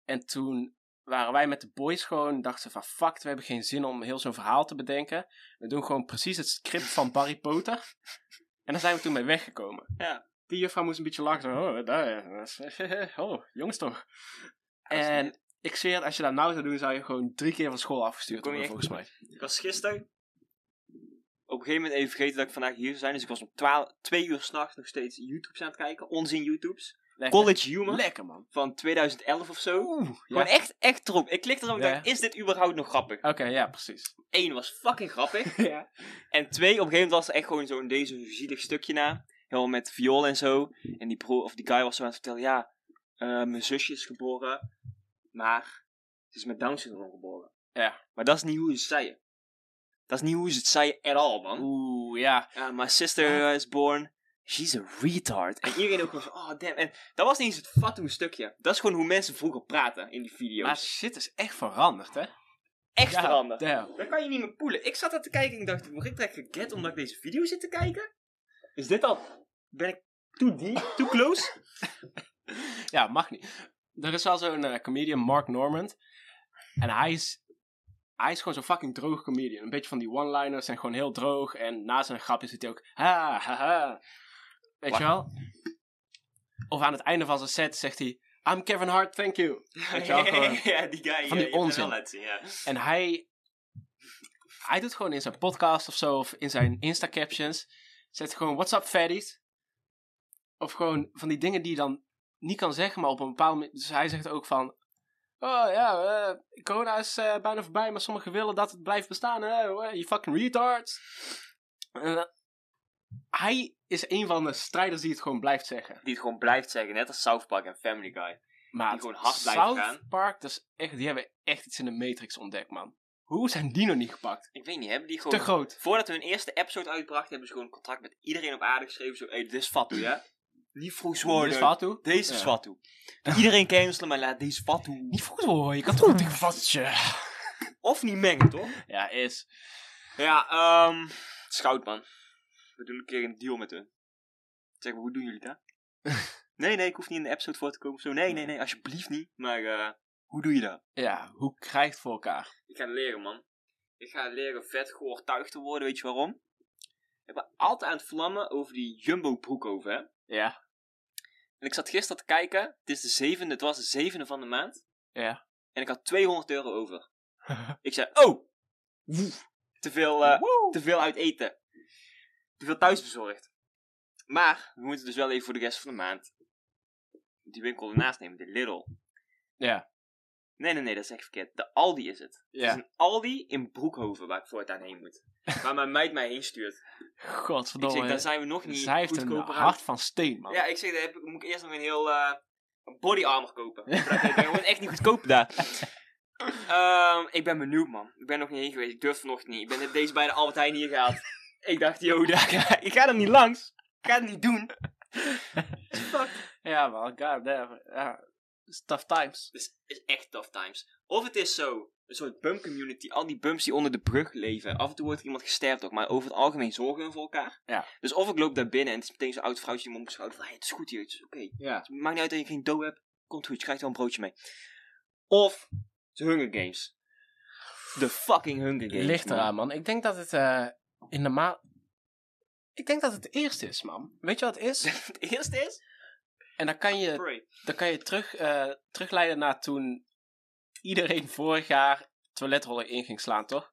Speaker 2: En toen waren wij met de boys gewoon, dachten van fuck, we hebben geen zin om heel zo'n verhaal te bedenken. We doen gewoon precies het script van Barry Potter. En daar zijn we toen mee weggekomen.
Speaker 1: Ja.
Speaker 2: Die juffrouw moest een beetje lachen. zo, Oh, daar, dat is- oh jongens toch.
Speaker 1: Dat is
Speaker 2: En ik zweer, het, als je dat nou zou doen, zou je gewoon drie keer van school afgestuurd
Speaker 1: Kom je
Speaker 2: worden, volgens mij.
Speaker 1: Ik was gisteren... Op een gegeven moment even vergeten dat ik vandaag hier zou zijn. Dus ik was om 12 twee uur s'nachts nog steeds YouTubes aan het kijken. Onzin YouTubes.
Speaker 2: Lekker.
Speaker 1: College Humor.
Speaker 2: Lekker, man.
Speaker 1: van 2011 of zo.
Speaker 2: Oeh,
Speaker 1: Gewoon echt, echt erop. Ik klikte erop en
Speaker 2: Ja.
Speaker 1: dacht, is dit überhaupt nog grappig?
Speaker 2: Oké, ja, precies.
Speaker 1: Eén was fucking grappig.
Speaker 2: ja.
Speaker 1: En twee, op een gegeven moment was er echt gewoon zo'n deze zielig stukje na. Helemaal met viool en zo. En die, bro, of die guy was zo aan het vertellen, ja, eh, mijn zusje is geboren, maar ze is met Down syndroom geboren.
Speaker 2: Ja.
Speaker 1: Maar dat is niet hoe ze het zeiden. Dat is niet hoe ze het zeiden at all, man.
Speaker 2: Oeh, ja.
Speaker 1: Ja, my sister eh, is born, she's a retard. En iedereen ook gewoon zo, oh damn. En dat was niet eens het fatsoen stukje. Dat is gewoon hoe mensen vroeger praten in die video's.
Speaker 2: Maar Ah, shit is echt veranderd, hè?
Speaker 1: echt
Speaker 2: ja,
Speaker 1: veranderd.
Speaker 2: damn.
Speaker 1: Dan kan je niet meer poelen. Ik zat daar te kijken en ik dacht, word ik direct geget omdat ik deze video zit te kijken? Is dit al... Ben ik too deep, too close?
Speaker 2: Ja, mag niet. Er is wel zo'n eh, comedian, Mark Normand. En hij is... Hij is gewoon zo'n fucking droog comedian. Een beetje van die one-liners en gewoon heel droog. En na zijn grapjes zit hij ook... Ha, ha, ha. Weet je wel? Of aan het einde van zijn set zegt hij... I'm Kevin Hart, thank you. Weet je wel, gewoon-
Speaker 1: ja, die guy. eh, je
Speaker 2: Van die
Speaker 1: hebt hem
Speaker 2: onzin.
Speaker 1: wel laten zien, ja.
Speaker 2: En hij, hij doet gewoon in zijn podcast of zo, of in zijn Insta-captions, zet gewoon What's up, fatties? Of gewoon van die dingen die je dan niet kan zeggen, maar op een bepaalde manier. Dus hij zegt ook van, oh ja, eh, corona is eh, bijna voorbij, maar sommigen willen dat het blijft bestaan, hè? Oh, eh, You fucking retards. En, eh, hij is een van de strijders die het gewoon blijft zeggen.
Speaker 1: Die het gewoon blijft zeggen, net als South Park en Family Guy.
Speaker 2: Maar
Speaker 1: Die gewoon hard blijven
Speaker 2: South
Speaker 1: gaan.
Speaker 2: Park, dat is echt, die hebben echt iets in de Matrix ontdekt, man. Hoe zijn die nog niet gepakt?
Speaker 1: Ik weet niet, hebben die
Speaker 2: Te
Speaker 1: gewoon...
Speaker 2: groot.
Speaker 1: Voordat hun eerste episode uitbrachten, hebben ze gewoon een contract met iedereen op aarde geschreven. Zo, hey, dit is Fatou, ja? Niet vroeg
Speaker 2: Dit is
Speaker 1: zwoorden.
Speaker 2: Fatou.
Speaker 1: Deze
Speaker 2: Ja.
Speaker 1: is Fatou. Iedereen cancelen, maar laat deze Fatou...
Speaker 2: Niet goed hoor, je kan toch een vatje.
Speaker 1: Of niet mengen, toch?
Speaker 2: Ja, is.
Speaker 1: Ja, ehm. Schout, man. We doen een keer een deal met hun. Zeg maar, hoe doen jullie dat? nee, nee, ik hoef niet in de episode voor te komen. of Zo, nee, nee, nee, alsjeblieft niet. Maar, eh, hoe doe je dat?
Speaker 2: Ja, hoe krijgt voor elkaar?
Speaker 1: Ik ga leren, man. Ik ga leren vet geoortuigd te worden, weet je waarom? Ik ben altijd aan het vlammen over die jumbo broek over, hè?
Speaker 2: Ja.
Speaker 1: En ik zat gisteren te kijken. Het is de zevende, het was de zevende van de maand.
Speaker 2: Ja.
Speaker 1: En ik had 200 euro over. ik zei, oh, woef, te veel, eh, te veel uit eten. Te veel thuisbezorgd. Maar, we moeten dus wel even voor de rest van de maand die winkel ernaast nemen, de Lidl.
Speaker 2: Ja.
Speaker 1: Nee, nee, nee, dat is echt verkeerd. De Aldi is het. Het
Speaker 2: Ja.
Speaker 1: is een Aldi in Broekhoven waar ik voortaan heen moet. Waar mijn meid mij heen stuurt. Ik
Speaker 2: Godverdomme.
Speaker 1: zeg, daar zijn we nog niet
Speaker 2: Zij heeft een
Speaker 1: goedkoper aan.
Speaker 2: hart van steen, man.
Speaker 1: Ja, ik zeg, daar heb ik- moet ik eerst nog een heel eh, body armor kopen. ik ben gewoon echt niet goedkoop daar. Ehm, ik ben benieuwd, man. Ik ben nog niet heen geweest. Ik durf nog niet. Ik ben net deze bij de Albert Heijn hier gehaald. ik dacht, yo, daar ga- ik ga er niet langs. Ik ga het niet doen.
Speaker 2: Ja, man. Goddamn. Ja. It's Tough times.
Speaker 1: Dus het is echt tough times. Of het is zo, een soort bum community. Al die bums die onder de brug leven. Af en toe wordt er iemand gesterfd ook, maar over het algemeen zorgen we voor elkaar.
Speaker 2: Ja.
Speaker 1: Dus of ik loop daar binnen en het is meteen zo'n oud vrouwtje die me omschouwt. Van, hey, het is goed hier, het is oké.
Speaker 2: Ja.
Speaker 1: Het maakt niet uit dat je geen dough hebt. Komt goed, je krijgt wel een broodje mee. Of de Hunger Games. De fucking Hunger Games.
Speaker 2: Ligt
Speaker 1: man.
Speaker 2: eraan, man. Ik denk dat het eh, in de maand... Ik denk dat het eerst is, man. Weet je wat het is?
Speaker 1: Het eerste is.
Speaker 2: En dan kan je,
Speaker 1: Prey.
Speaker 2: dan kan je terug, eh, terugleiden naar toen iedereen vorig jaar toiletrollen in ging slaan, toch?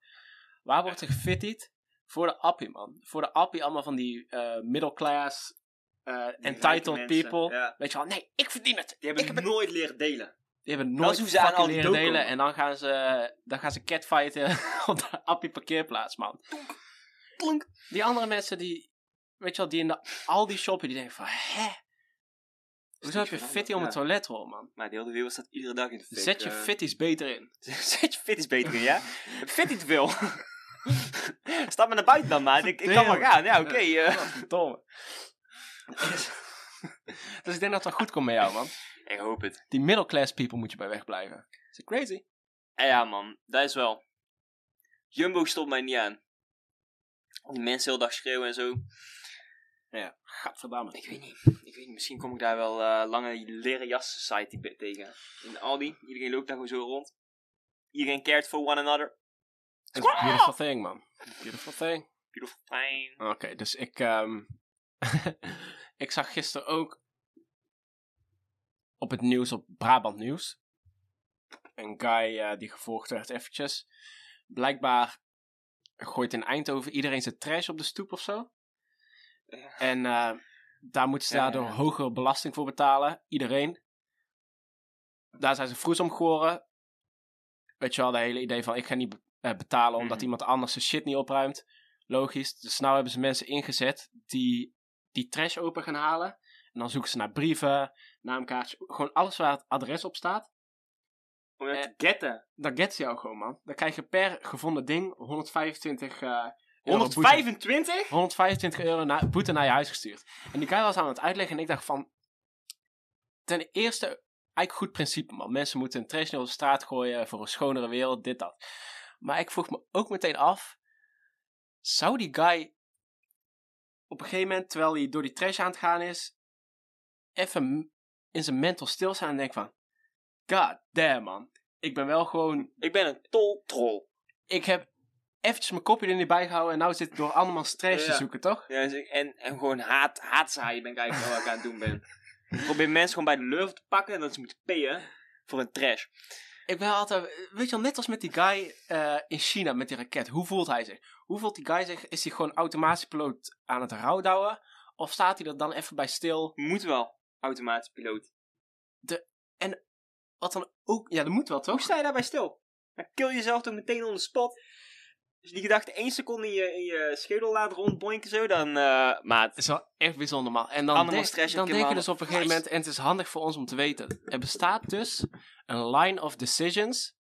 Speaker 2: Waar wordt er gefittied? Voor de appie, man. Voor de appie allemaal van die eh middle class, eh, entitled
Speaker 1: mensen,
Speaker 2: people.
Speaker 1: ja.
Speaker 2: Weet je wel, nee, ik verdien het.
Speaker 1: Die hebben
Speaker 2: ik heb het-
Speaker 1: nooit leren delen.
Speaker 2: Die hebben
Speaker 1: Dat
Speaker 2: nooit
Speaker 1: is hoe ze aan al
Speaker 2: fucking
Speaker 1: die
Speaker 2: leren
Speaker 1: doken
Speaker 2: delen.
Speaker 1: komen.
Speaker 2: En dan gaan ze, dan gaan ze catfighten op de appie parkeerplaats, man.
Speaker 1: Klonk.
Speaker 2: Die andere mensen die, weet je wel, die in de, al die shoppen, die denken van, hè? Hoezo heb je
Speaker 1: veranderd,
Speaker 2: fitty om een
Speaker 1: ja.
Speaker 2: toiletrol, man?
Speaker 1: Maar de hele wereld staat iedere dag in de fik.
Speaker 2: Zet je
Speaker 1: eh.
Speaker 2: fitties beter in.
Speaker 1: Zet je fit is beter in, ja? fit niet te veel. Stap maar naar buiten dan, maat. Ik, ik kan wel
Speaker 2: Verdeeld.
Speaker 1: gaan. Ja, oké. eh.
Speaker 2: Verdomme. dus ik denk dat het wel goed komt met jou, man.
Speaker 1: Ik hoop het.
Speaker 2: Die middle class people moet je bij wegblijven. Is it crazy?
Speaker 1: Eh, ja, man. Dat is wel. Jumbo stopt mij niet aan. Al Die mensen de hele dag schreeuwen en zo.
Speaker 2: Ja, gadverdamme.
Speaker 1: Ik weet niet. Ik weet niet. Misschien kom ik daar wel eh, lange leren jassen site be- tegen. In Aldi. Iedereen loopt daar gewoon zo rond. Iedereen cared for one another.
Speaker 2: It's a beautiful thing, man. Beautiful thing.
Speaker 1: Beautiful fine.
Speaker 2: Oké, dus ik, ehm, ik zag gisteren ook op het nieuws, op Brabant Nieuws, een guy eh, die gevolgd werd eventjes. Blijkbaar gooit in Eindhoven iedereen zijn trash op de stoep of zo.
Speaker 1: Ja.
Speaker 2: En eh, daar moeten ze
Speaker 1: Ja, ja,
Speaker 2: daardoor
Speaker 1: ja.
Speaker 2: hogere belasting voor betalen, iedereen. Daar zijn ze vroes om gehoren. Weet je wel, dat hele idee van ik ga niet be- eh, betalen omdat
Speaker 1: Mhm.
Speaker 2: iemand anders zijn shit niet opruimt. Logisch. Dus nou hebben ze mensen ingezet die die trash open gaan halen. En dan zoeken ze naar brieven, naamkaartjes, gewoon alles waar het adres op staat.
Speaker 1: Om dat
Speaker 2: Eh,
Speaker 1: te getten.
Speaker 2: Dan get ze jou gewoon, man. Dan krijg je per gevonden ding 125 eh euro boete.
Speaker 1: 125?
Speaker 2: 125 euro na- boete naar je huis gestuurd. En die guy was aan het uitleggen en ik dacht van... Ten eerste, eigenlijk goed principe, man. Mensen moeten hun trash niet op de straat gooien voor een schonere wereld, dit, dat. Maar ik vroeg me ook meteen af... Zou die guy op een gegeven moment, terwijl hij door die trash aan het gaan is... Even m- in zijn mental stilstaan en denken van... God damn, man. Ik ben wel gewoon
Speaker 1: Ik ben een tol troll.
Speaker 2: ik heb eventjes mijn kopje er niet bij gehouden en nou zit ik door andermans trash
Speaker 1: Ja.
Speaker 2: te zoeken, toch?
Speaker 1: Ja, dus ik- en, en gewoon haat, haatzaaien ben ik eigenlijk wel wat ik aan het doen ben. Ik probeer mensen gewoon bij de lurf te pakken en dat ze moeten payen voor een trash.
Speaker 2: Ik ben altijd, weet je wel, net als met die guy eh, in China met die raket. Hoe voelt hij zich? Hoe voelt die guy zich? Is hij gewoon automatisch piloot aan het rouwdouwen? Of staat hij er dan even bij stil?
Speaker 1: Moet wel, automatisch piloot.
Speaker 2: Wat dan ook, ja, dat moet wel,
Speaker 1: Hoe
Speaker 2: toch?
Speaker 1: sta je daarbij stil? Dan kill jezelf toch meteen on the spot. Als je die gedachte één seconde in je, in je schedel laat rondbonken zo, dan... eh maat,
Speaker 2: is wel echt bijzonder, man. En dan,
Speaker 1: Andermans
Speaker 2: denk-
Speaker 1: trash heb
Speaker 2: dan
Speaker 1: ik in
Speaker 2: denk
Speaker 1: mijn
Speaker 2: je dus op een gegeven
Speaker 1: Nice.
Speaker 2: moment, en het is handig voor ons om te weten, er bestaat dus een line of decisions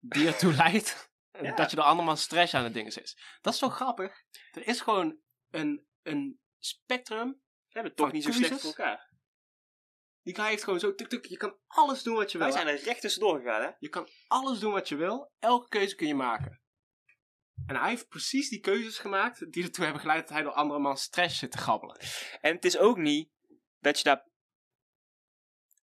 Speaker 2: die ertoe leidt
Speaker 1: Ja.
Speaker 2: dat je door andermans trash aan het dingen zit. Dat is zo grappig. Er is gewoon een, een spectrum.
Speaker 1: we hebben het toch
Speaker 2: Van
Speaker 1: niet zo slecht voor
Speaker 2: keuzes?
Speaker 1: elkaar.
Speaker 2: Die guy heeft gewoon zo tuk tuk, je kan alles doen wat je
Speaker 1: Wij
Speaker 2: wil.
Speaker 1: zijn er recht tussendoor gegaan, hè?
Speaker 2: Je kan alles doen wat je wil. Elke keuze kun je maken. En hij heeft precies die keuzes gemaakt die ertoe hebben geleid dat hij door andermans trash zit te gabbelen.
Speaker 1: En het is ook niet dat je daar.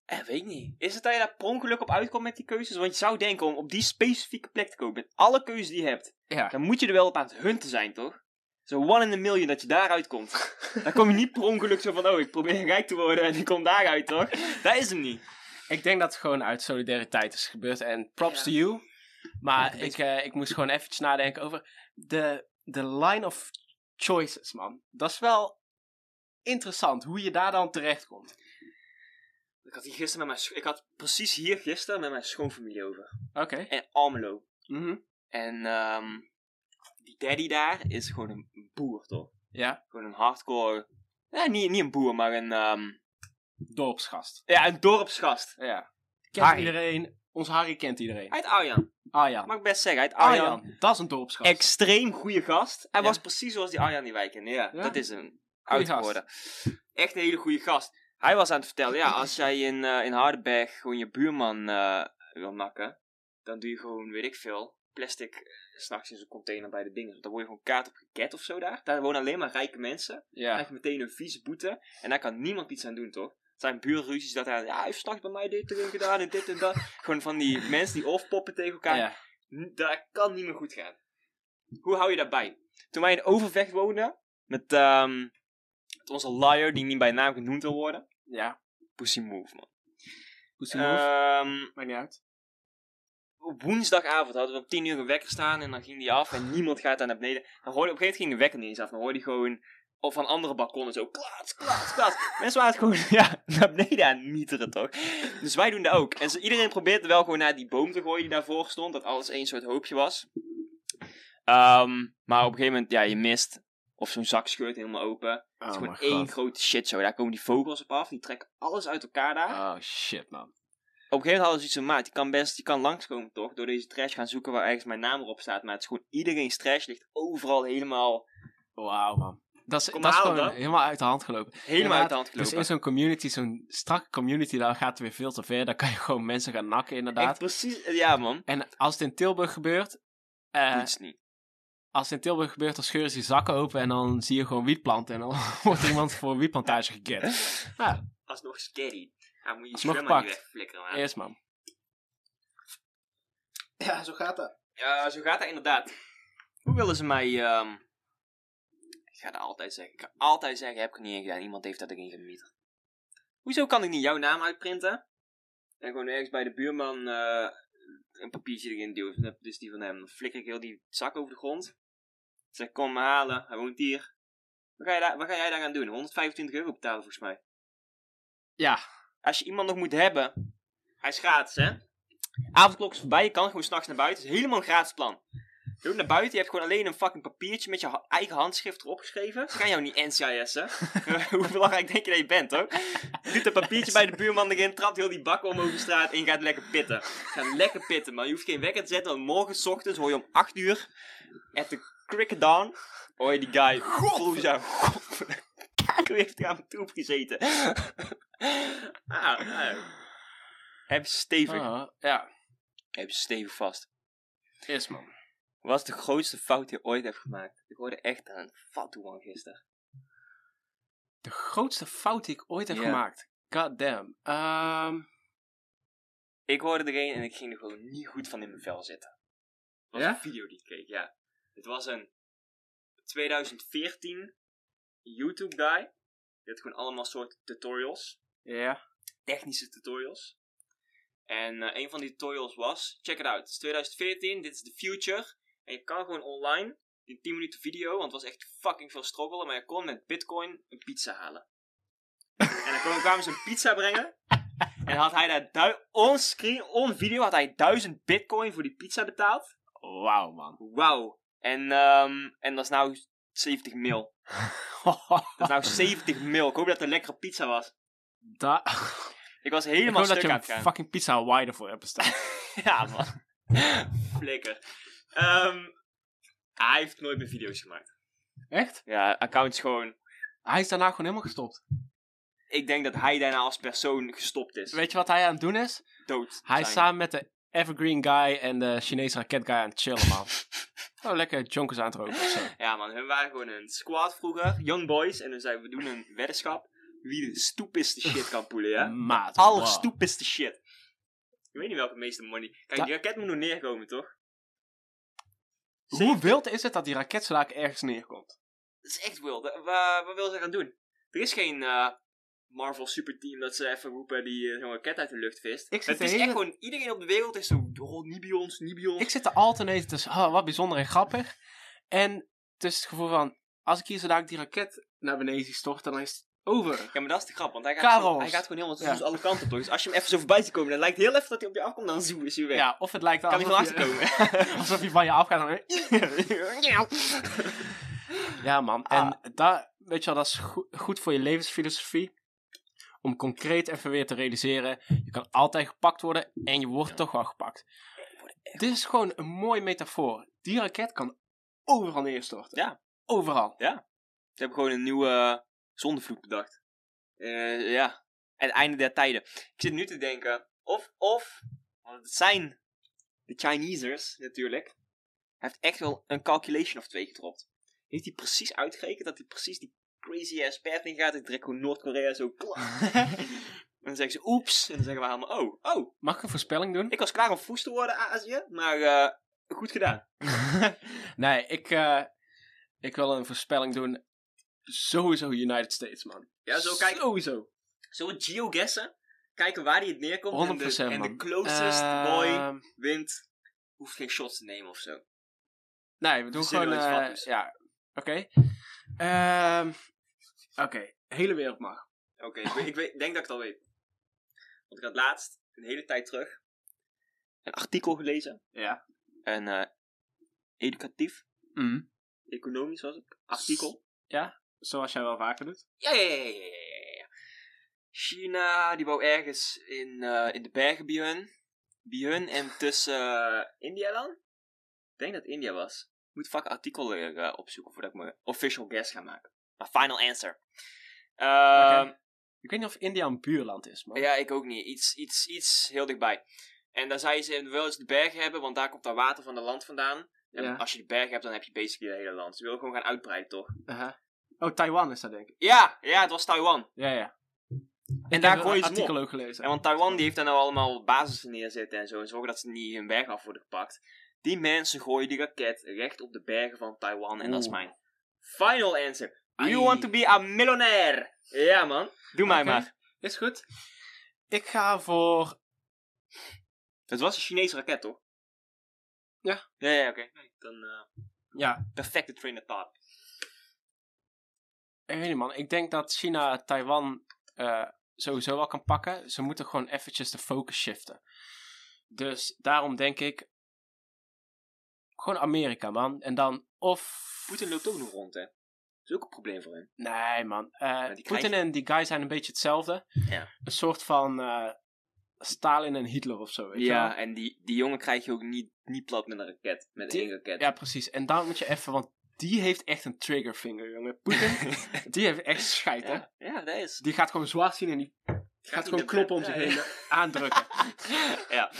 Speaker 1: Eh, weet ik niet. Is het dat je daar per ongeluk op uitkomt met die keuzes? Want je zou denken om op die specifieke plek te komen, met alle keuzes die je hebt,
Speaker 2: Ja.
Speaker 1: dan moet je er wel op aan het hunten zijn, toch? Zo one in a million dat je daaruit komt. Dan kom je niet per ongeluk zo van, oh, ik probeer rijk te worden en ik kom daaruit, toch? Dat is hem niet.
Speaker 2: Ik denk dat het gewoon uit solidariteit is gebeurd. En props
Speaker 1: Ja.
Speaker 2: to you. Maar
Speaker 1: Ja,
Speaker 2: ik, eh, ik moest gewoon eventjes nadenken over de, de line of choices, man. Dat is wel interessant, hoe je daar dan terecht komt.
Speaker 1: Ik had, hier gisteren met mijn, scho- ik had precies hier gisteren met mijn schoonfamilie over.
Speaker 2: Oké.
Speaker 1: En Almelo.
Speaker 2: Mhm.
Speaker 1: En ehm, die daddy daar is gewoon een boer, toch?
Speaker 2: Ja,
Speaker 1: Gewoon een hardcore... Ja, niet, niet een boer, maar een... ehm,
Speaker 2: dorpsgast.
Speaker 1: ja, een dorpsgast.
Speaker 2: Ja. Kent
Speaker 1: Harry.
Speaker 2: iedereen. Ons Harry kent iedereen.
Speaker 1: Uit Arjan.
Speaker 2: Arjan.
Speaker 1: Mag ik best zeggen, uit Arjan.
Speaker 2: Arjan, dat is een dorpsgast.
Speaker 1: Extreem goede gast. Hij
Speaker 2: Ja.
Speaker 1: was precies zoals die Arjan die wij kennen. Ja,
Speaker 2: Ja.
Speaker 1: dat is hem.
Speaker 2: Goeie
Speaker 1: Oud geworden. Echt een hele goede gast. Hij was aan het vertellen, ja, als jij in, eh, in Hardenberg gewoon je buurman eh, wil nakken, dan doe je gewoon, weet ik veel, plastic eh, s'nachts in zo'n container bij de dingen. Want dan word je gewoon kaart op geket of zo daar. Daar wonen alleen maar rijke mensen.
Speaker 2: ja.
Speaker 1: krijgt meteen een vieze boete. En daar kan niemand iets aan doen, toch? Zijn buurruzies dat hij, ja, hij heeft s'nachts bij mij dit erin gedaan en dit en dat. Gewoon van die mensen die off-poppen tegen elkaar.
Speaker 2: ja.
Speaker 1: N- Dat kan niet meer goed gaan. Hoe hou je dat bij? Toen wij in Overvecht woonden, met, ehm, met onze liar die niet bij naam genoemd wil worden.
Speaker 2: Ja.
Speaker 1: Pussy Move, man.
Speaker 2: Pussy Move.
Speaker 1: Ehm,
Speaker 2: Maakt niet uit.
Speaker 1: op woensdagavond hadden we om 10 uur een wekker staan en dan ging die af en niemand gaat daar naar beneden. Dan hoorde, op een gegeven moment ging de wekker niet eens af, dan hoorde je gewoon of van andere balkonnen zo klaats, klaats, klaats. Mensen waren het gewoon ja, naar beneden aan het mieteren toch? Dus wij doen dat ook. En ze- iedereen probeerde wel gewoon naar die boom te gooien die daarvoor stond, dat alles één soort hoopje was. Ehm, maar op een gegeven moment, ja, je mist. Of zo'n zak scheurt helemaal open.
Speaker 2: Oh,
Speaker 1: het is gewoon één grote shitshow. Daar komen die vogels op af. Die trekken alles uit elkaar daar
Speaker 2: Oh shit, man.
Speaker 1: op een gegeven moment hadden ze iets van, maat, je kan best, je kan langskomen toch, door deze trash gaan zoeken waar ergens mijn naam erop staat, maar het is gewoon, iedereen's trash ligt overal helemaal,
Speaker 2: Wauw, man. Dat is,
Speaker 1: Kom
Speaker 2: dat is
Speaker 1: halen,
Speaker 2: gewoon
Speaker 1: dan.
Speaker 2: helemaal uit de hand gelopen.
Speaker 1: helemaal uit de hand
Speaker 2: Dus
Speaker 1: gelopen.
Speaker 2: in zo'n community, zo'n strakke community, daar gaat het weer veel te ver. Daar kan je gewoon mensen gaan nakken, inderdaad.
Speaker 1: Echt precies, ja man,
Speaker 2: En als het in Tilburg gebeurt, eh,
Speaker 1: doet ze niet.
Speaker 2: als het in Tilburg gebeurt, dan scheuren ze die zakken open en dan zie je gewoon wietplanten. En dan wordt iemand voor een wietplantage geget. Ja,
Speaker 1: Alsnog scary. Dan moet je
Speaker 2: Alsnog
Speaker 1: schuim aan je
Speaker 2: pakt.
Speaker 1: wegflikkeren, man.
Speaker 2: eerst man. Ja, zo gaat dat.
Speaker 1: Ja, zo gaat dat inderdaad. Hoe willen ze mij, ehm, ik ga dat altijd zeggen, ik ga altijd zeggen, heb ik er niet in gedaan, iemand heeft dat erin gemieterd. Hoezo kan ik niet jouw naam uitprinten? En gewoon ergens bij de buurman eh, een papiertje erin duwen. Dus die van hem. Dan flikker ik heel die zak over de grond. Ik Zeg, kom me halen. Hij woont hier. Wat ga, je daar, wat ga jij daar gaan doen? 125 euro betalen volgens mij.
Speaker 2: Ja,
Speaker 1: Als je iemand nog moet hebben. Hij is gratis, hè? Avondklok is voorbij. Je kan gewoon s'nachts naar buiten. Het is helemaal een gratis plan. Je loopt naar buiten. Je hebt gewoon alleen een fucking papiertje met je ha- eigen handschrift erop geschreven. Ze gaan jou niet NCIS'en. Hoe belangrijk denk je dat je bent, hoor? Je doet een papiertje bij de buurman erin. Trapt heel die bak om over de straat. En je gaat lekker pitten. Je gaat lekker pitten, man. Je hoeft geen wekker te zetten. Want morgen 's ochtends hoor je om 8 uur. At the cricket down. Hoor je die guy. God. Ja, godver- Kakel heeft aan mijn troep gezeten. ah, nou. Heb je stevig.
Speaker 2: Ah, ja,
Speaker 1: Heb je stevig vast.
Speaker 2: eerst man.
Speaker 1: Wat is de grootste fout die je ooit hebt gemaakt? Ik hoorde echt aan een fatsoen man gisteren.
Speaker 2: De grootste fout die ik ooit heb
Speaker 1: Ja.
Speaker 2: gemaakt. God damn. Ehm,
Speaker 1: Ik hoorde er een en ik ging er gewoon niet goed van in mijn vel zitten. Het was
Speaker 2: Ja?
Speaker 1: een video die ik keek, ja. Het was een 2014 YouTube guy. Die had gewoon allemaal soort tutorials.
Speaker 2: ja.
Speaker 1: technische tutorials. En eh, een van die tutorials was, check it out, het is 2014, dit is de future. En je kan gewoon online, die 10 minuten video, want het was echt fucking veel struggle, maar je kon met bitcoin een pizza halen. en dan kon- kwamen ze een pizza brengen. En had hij daar du- on screen, on video, had hij 1000 bitcoin voor die pizza betaald.
Speaker 2: Wauw, man.
Speaker 1: Wauw. En, ehm, en dat is nou 70 mil. Dat is nou 70 mil. Ik hoop dat het een lekkere pizza was.
Speaker 2: Da-
Speaker 1: Ik was
Speaker 2: ik
Speaker 1: helemaal
Speaker 2: hoop dat
Speaker 1: stuk
Speaker 2: je
Speaker 1: aan
Speaker 2: een
Speaker 1: het gaan.
Speaker 2: fucking pizza Hawaii ervoor hebt bestaan.
Speaker 1: Ja, man. Flikker. Ehm, hij heeft nooit meer video's gemaakt.
Speaker 2: Echt?
Speaker 1: Ja, account is gewoon...
Speaker 2: Hij is daarna gewoon helemaal gestopt.
Speaker 1: Ik denk dat hij daarna als persoon gestopt is.
Speaker 2: Weet je wat hij aan het doen is?
Speaker 1: Dood.
Speaker 2: Hij is
Speaker 1: zijn.
Speaker 2: samen met de Evergreen Guy en de Chinese raket guy aan het chillen, man. oh, lekker jonkers aan het roken of zo.
Speaker 1: Ja, man. Hun waren gewoon een squad vroeger. Young boys. En dan zeiden we doen een weddenschap. Wie de stoepiste shit kan poelen, ja?
Speaker 2: Maat. wow.
Speaker 1: Allerstoepiste shit. Ik weet niet welke meeste money... Kijk,
Speaker 2: Ja.
Speaker 1: die raket moet nog neerkomen, toch?
Speaker 2: Hoe wild is het dat die raket zo laag ergens neerkomt?
Speaker 1: Dat is echt wild. Wat, wat wil ze gaan doen? Er is geen eh, Marvel Super Team dat ze even roepen die eh, zo'n raket uit de lucht vist.
Speaker 2: Ik zit
Speaker 1: Het
Speaker 2: de
Speaker 1: is
Speaker 2: hele-
Speaker 1: echt gewoon, iedereen op de wereld is zo, oh, niet bij ons, niet bij ons.
Speaker 2: Ik zit te alternaten tussen, ah, wat bijzonder en grappig. En tussen het gevoel van, als ik hier zo dadelijk die raket naar beneden zie storten, dan is het over.
Speaker 1: Ja, maar dat is de grap, want hij gaat,
Speaker 2: Karels.
Speaker 1: gewoon, hij gaat gewoon helemaal
Speaker 2: Ja.
Speaker 1: tussen alle kanten op. Dus als je hem even zo voorbij ziet komen, dan lijkt het heel even dat hij op je afkomt, dan zoe is hij weg.
Speaker 2: Ja, of het lijkt
Speaker 1: kan hij van
Speaker 2: alsof je,
Speaker 1: achter komen.
Speaker 2: alsof je van je afgaat. en dan- Ja, man. En daar, weet je wel, dat is goe- goed voor je levensfilosofie. Om concreet even weer te realiseren, je kan altijd gepakt worden en je wordt toch wel gepakt. Dit is gewoon een mooie metafoor. Die raket kan overal neerstorten.
Speaker 1: Ja.
Speaker 2: Overal.
Speaker 1: Ze hebben gewoon een nieuwe eh, zondevloed bedacht. Eh, ja, het einde der tijden. Ik zit nu te denken, of, of, want het zijn de Chinesers natuurlijk. Hij heeft echt wel een calculation of twee gedropt. Heeft hij precies uitgerekend dat hij precies die crazy ass path in gaat? Ik trek gewoon Noord-Korea zo klaar. en dan zeggen ze oeps. En dan zeggen we allemaal, oh, oh.
Speaker 2: Mag ik een voorspelling doen?
Speaker 1: Ik was klaar om foes te worden, Azië. Maar eh, goed gedaan.
Speaker 2: nee, ik, eh, ik wil een voorspelling doen. Sowieso United States, man.
Speaker 1: Ja, zo kijk,
Speaker 2: Sowieso.
Speaker 1: Zullen we geoguessen? Kijken waar hij het neerkomt. en
Speaker 2: 100%
Speaker 1: de, en de
Speaker 2: man.
Speaker 1: closest boy
Speaker 2: Ehm,
Speaker 1: wint. Hoeft geen shots te nemen of zo.
Speaker 2: Nee, we doen
Speaker 1: Zero
Speaker 2: gewoon...
Speaker 1: iets
Speaker 2: eh,
Speaker 1: vatbaars.
Speaker 2: ja, oké. Ehm, oké, hele wereld mag.
Speaker 1: Oké, ik, weet- ik weet- denk dat ik het al weet. Want ik had laatst, een hele tijd terug, een artikel gelezen.
Speaker 2: Ja.
Speaker 1: Een eh, educatief,
Speaker 2: Mm.
Speaker 1: economisch was het, artikel.
Speaker 2: Zoals jij wel vaker doet.
Speaker 1: Ja, ja, ja, ja, ja, ja, ja. China, die wou ergens in, eh, in de bergen bij hun. Bij hun en tussen eh, India dan? Ik denk dat het India was. Ik moet vaak artikelen eh, opzoeken voordat ik mijn official guess ga maken. Maar final answer. Ehm,
Speaker 2: Ik weet niet of India een buurland is, maar...
Speaker 1: Ja, ik ook niet. Iets, iets, iets heel dichtbij. En daar zei ze wel eens de bergen hebben, want daar komt dat water van de land vandaan. En
Speaker 2: Ja.
Speaker 1: als je de bergen hebt, dan heb je basically het hele land. Ze willen gewoon gaan uitbreiden, toch?
Speaker 2: Aha. Oh, Taiwan is dat denk ik.
Speaker 1: Ja, ja, het was Taiwan.
Speaker 2: Ja, ja.
Speaker 1: En
Speaker 2: Ik heb
Speaker 1: daar
Speaker 2: een
Speaker 1: gooi je ze hem
Speaker 2: artikel
Speaker 1: op.
Speaker 2: ook gelezen.
Speaker 1: En want Taiwan die heeft daar nou allemaal basis neerzetten en zo. En zorgen dat ze niet hun berg af worden gepakt. Die mensen gooien die raket recht op de bergen van Taiwan. En dat is
Speaker 2: Oeh.
Speaker 1: mijn final answer. Do you
Speaker 2: Ai.
Speaker 1: want to be a millionaire? Ja, man. Doe mij
Speaker 2: Oké.
Speaker 1: maar.
Speaker 2: Is goed. Ik ga voor...
Speaker 1: Het was een Chinese raket, toch?
Speaker 2: Ja.
Speaker 1: Ja, ja, oké. Nee, Dan eh,
Speaker 2: Ja,
Speaker 1: perfecte train of thought.
Speaker 2: ik weet niet man. Ik denk dat China Taiwan eh, sowieso wel kan pakken. Ze moeten gewoon eventjes de focus shiften. Dus daarom denk ik... Gewoon Amerika, man. En dan of...
Speaker 1: Poetin loopt ook nog rond, hè? Dat is ook een probleem voor hem.
Speaker 2: Nee, man. Eh,
Speaker 1: die
Speaker 2: Poetin
Speaker 1: krijg
Speaker 2: en die guy zijn een beetje hetzelfde.
Speaker 1: Ja.
Speaker 2: Een soort van eh, Stalin en Hitler of zo, weet je wel?
Speaker 1: Ja, en die, die jongen krijg je ook niet, niet plat met een raket. Met
Speaker 2: Die-
Speaker 1: één raket.
Speaker 2: Ja, precies. En daar moet je even, want die heeft echt een triggerfinger, jongen. Poetin, die heeft echt scheid, hè?
Speaker 1: ja, ja, dat is.
Speaker 2: Die gaat gewoon zwart zien en die gaat gewoon knoppen om zich heen aandrukken.
Speaker 1: ja.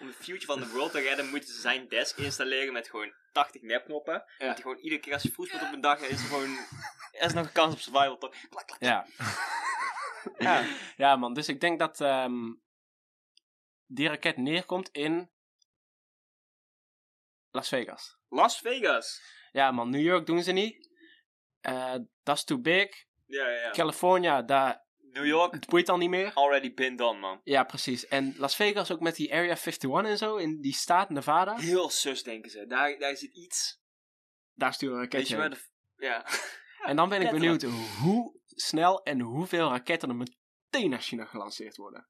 Speaker 1: Om de future van de world te redden moeten ze zijn desk installeren met gewoon 80 nepknoppen.
Speaker 2: Ja.
Speaker 1: Dat hij gewoon iedere keer als je voetbalt op een dag is er gewoon... Er is nog een kans op survival toch? Klak, klak.
Speaker 2: Ja. ja. Ja, man. Dus ik denk dat ehm, die raket neerkomt in Las Vegas.
Speaker 1: Las Vegas.
Speaker 2: Ja, man. New York doen ze niet. Eh, That's too big.
Speaker 1: Ja, ja, ja.
Speaker 2: California, daar,
Speaker 1: New York,
Speaker 2: het boeit al niet meer.
Speaker 1: already been done, man.
Speaker 2: Ja, precies. En Las Vegas ook met die Area 51 en zo, in die staat Nevada.
Speaker 1: Heel sus, denken ze. Daar, daar zit iets.
Speaker 2: Daar sturen we
Speaker 1: Weet je
Speaker 2: raketje
Speaker 1: wel?
Speaker 2: heen.
Speaker 1: de- Ja.
Speaker 2: En dan ben ik
Speaker 1: raketten.
Speaker 2: benieuwd hoe snel en hoeveel raketten er meteen naar China gelanceerd worden.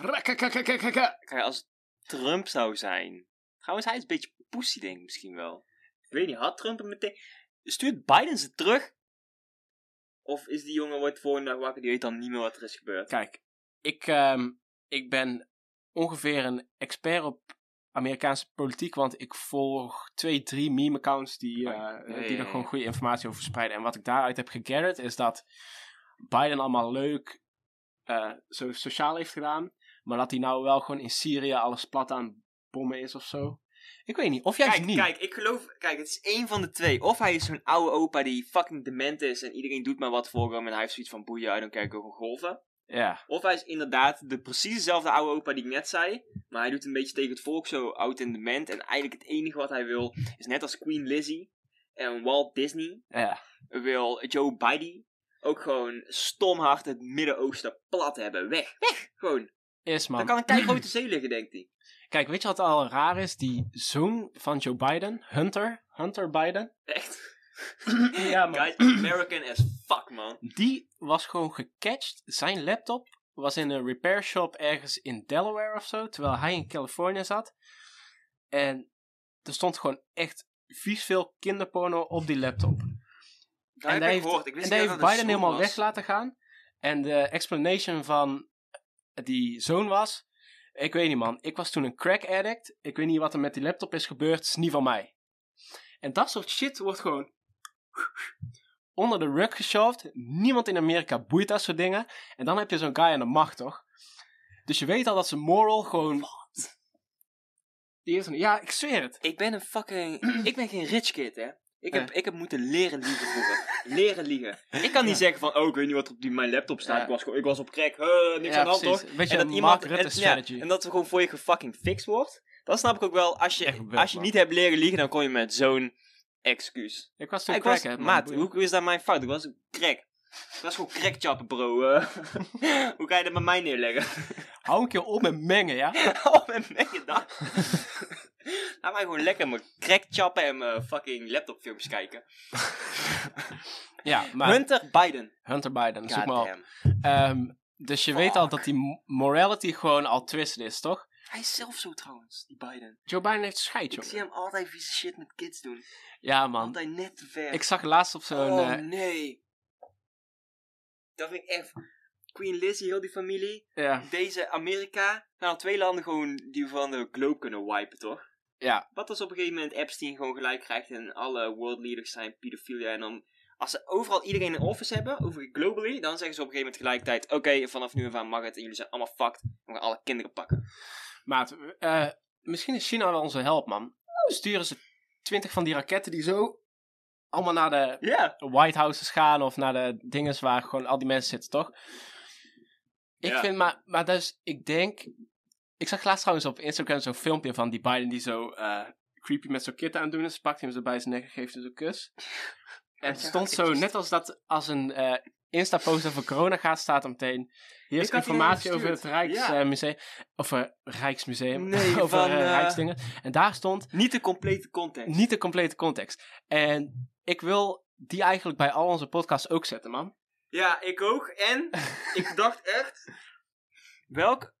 Speaker 2: Rakakakakakaka.
Speaker 1: Kijk, als Trump zou zijn. Trouwens, hij is een beetje poesie, denk ik misschien wel. Ik weet niet, had Trump hem meteen. Stuurt Biden ze terug? Of is die jongen wordt volgende dag wakker, die weet dan niet meer wat er is gebeurd?
Speaker 2: Kijk, ik, ehm, ik ben ongeveer een expert op Amerikaanse politiek, want ik volg twee, drie meme-accounts die, eh,
Speaker 1: ja, ja,
Speaker 2: die
Speaker 1: ja.
Speaker 2: er gewoon goede informatie over verspreiden. En wat ik daaruit heb gegathered is dat Biden allemaal leuk eh, zo sociaal heeft gedaan, maar dat hij nou wel gewoon in Syrië alles plat aan het bommen is of zo. Ik weet niet, of juist
Speaker 1: Kijk,
Speaker 2: niet.
Speaker 1: kijk, ik geloof. Kijk, het is één van de twee. Of hij is zo'n oude opa die fucking dement is en iedereen doet maar wat voor hem en hij heeft zoiets van boeien uit, dan kijk ik ook een golven.
Speaker 2: Ja,
Speaker 1: Of hij is inderdaad de precies dezelfde oude opa die ik net zei. Maar hij doet een beetje tegen het volk zo oud en dement. En eigenlijk het enige wat hij wil is net als Queen Lizzie en Walt Disney.
Speaker 2: ja.
Speaker 1: wil Joe Biden ook gewoon stomhard het Midden-Oosten plat hebben. Weg, weg, gewoon.
Speaker 2: Is man.
Speaker 1: Dan kan een keigrote zee liggen, denkt hij.
Speaker 2: Kijk, weet je wat al raar is? Die zoon van Joe Biden, Hunter, Hunter Biden,
Speaker 1: Echt.
Speaker 2: Ja, man.
Speaker 1: Guys, American as fuck, man.
Speaker 2: die was gewoon gecatcht. Zijn laptop was in een repair shop ergens in Delaware of zo, terwijl hij in Californië zat. En er stond gewoon echt vies veel kinderporno op die laptop.
Speaker 1: Daar
Speaker 2: en
Speaker 1: heb
Speaker 2: daar
Speaker 1: ik
Speaker 2: heeft,
Speaker 1: gehoord. Ik
Speaker 2: en
Speaker 1: wist
Speaker 2: daar
Speaker 1: niet
Speaker 2: heeft
Speaker 1: dat het
Speaker 2: Biden
Speaker 1: zo'n
Speaker 2: helemaal
Speaker 1: was.
Speaker 2: weg laten gaan. En de explanation van die zoon was... Ik weet niet, man. Ik was toen een crack addict. Ik weet niet wat er met die laptop is gebeurd. Het is niet van mij. En dat soort shit wordt gewoon... onder de rug geshoved. Niemand in Amerika boeit dat soort dingen. En dan heb je zo'n guy aan de macht, toch? Dus je weet al dat zijn moral gewoon... Die is een... Ja, ik zweer het.
Speaker 1: Ik ben een fucking... ik ben geen rich kid, hè. Ik heb,
Speaker 2: Eh.
Speaker 1: ik heb moeten leren liegen vroeger. leren liegen. Ik kan niet zeggen van, oh, ik weet niet wat er op die, mijn laptop staat.
Speaker 2: Ja.
Speaker 1: Ik, was, gewoon- ik was op crack. Huh, niks aan de hand, toch?
Speaker 2: Weet je,
Speaker 1: en
Speaker 2: een
Speaker 1: dat
Speaker 2: Mark
Speaker 1: iemand
Speaker 2: Rutte
Speaker 1: en, ja,
Speaker 2: strategy.
Speaker 1: en dat er gewoon voor je gefucking fixed wordt. Dat snap ik ook wel. Als
Speaker 2: Echt
Speaker 1: je,
Speaker 2: gebeurd,
Speaker 1: als je
Speaker 2: man.
Speaker 1: niet hebt leren liegen, dan kom je met zo'n excuus.
Speaker 2: Ik was toen
Speaker 1: Ik
Speaker 2: crack,
Speaker 1: was,
Speaker 2: hè. man.
Speaker 1: maat,
Speaker 2: Boeien.
Speaker 1: hoe is dat mijn fout? Ik was een crack. Ik was gewoon crackchappen, bro. eh. hoe kan je dat met mij neerleggen?
Speaker 2: Hou een keer op met mengen, ja?
Speaker 1: Hou met mij gedaan. Laat mij gewoon lekker mijn crackchappen en mijn fucking laptopfilms kijken.
Speaker 2: Ja, maar
Speaker 1: Hunter Biden.
Speaker 2: Hunter Biden, zoek maar op.
Speaker 1: Goddamn.
Speaker 2: Ehm, dus je weet al dat die mo- morality gewoon al twisted is, toch?
Speaker 1: Hij is zelf zo trouwens, die Biden.
Speaker 2: Joe Biden heeft scheid,
Speaker 1: Ik
Speaker 2: joh.
Speaker 1: zie hem altijd vieze shit met kids doen.
Speaker 2: Ja, man.
Speaker 1: Altijd net te ver.
Speaker 2: Ik zag laatst op zo'n...
Speaker 1: oh
Speaker 2: eh,
Speaker 1: nee. Dat vind ik echt. Queen Lizzie, heel die familie.
Speaker 2: ja,
Speaker 1: Deze Amerika. Nou, twee landen gewoon die we van de globe kunnen wipen, toch?
Speaker 2: ja,
Speaker 1: Wat als op een gegeven moment Epstein gewoon gelijk krijgt en alle world leaders zijn pedofilia en dan. Als ze overal iedereen een office hebben, over globally, dan zeggen ze op een gegeven moment tegelijkertijd: Oké, vanaf nu af aan mag het en jullie zijn allemaal fucked. We gaan alle kinderen pakken.
Speaker 2: maat. eh, misschien is China wel onze help, man. Sturen ze twintig van die raketten die zo... Allemaal naar de
Speaker 1: Ja,
Speaker 2: White Houses gaan of naar de dinges waar gewoon al die mensen zitten, toch? Ik
Speaker 1: Ja.
Speaker 2: vind, maar, maar dus, ik denk... Ik zag laatst trouwens op Instagram zo'n filmpje van die Biden die zo eh, creepy met zo'n kit aan het doen is. Pakt hij hem zo bij zijn nek en geeft hem zo'n kus. En het
Speaker 1: Ja,
Speaker 2: stond
Speaker 1: ik
Speaker 2: zo,
Speaker 1: just-
Speaker 2: net als dat, als een eh Insta-post over corona gaat, staat er meteen... Hier is
Speaker 1: Ik had die
Speaker 2: informatie
Speaker 1: nou
Speaker 2: over het
Speaker 1: gestuurd. Ja.
Speaker 2: Rijksmuseum, of eh, Rijksmuseum,
Speaker 1: Nee,
Speaker 2: over
Speaker 1: van, eh,
Speaker 2: eh, Rijksdingen. En daar stond,
Speaker 1: niet de complete context.
Speaker 2: niet de complete context. En ik wil die eigenlijk bij al onze podcasts ook zetten, man.
Speaker 1: Ja, ik ook. En ik dacht echt. Welk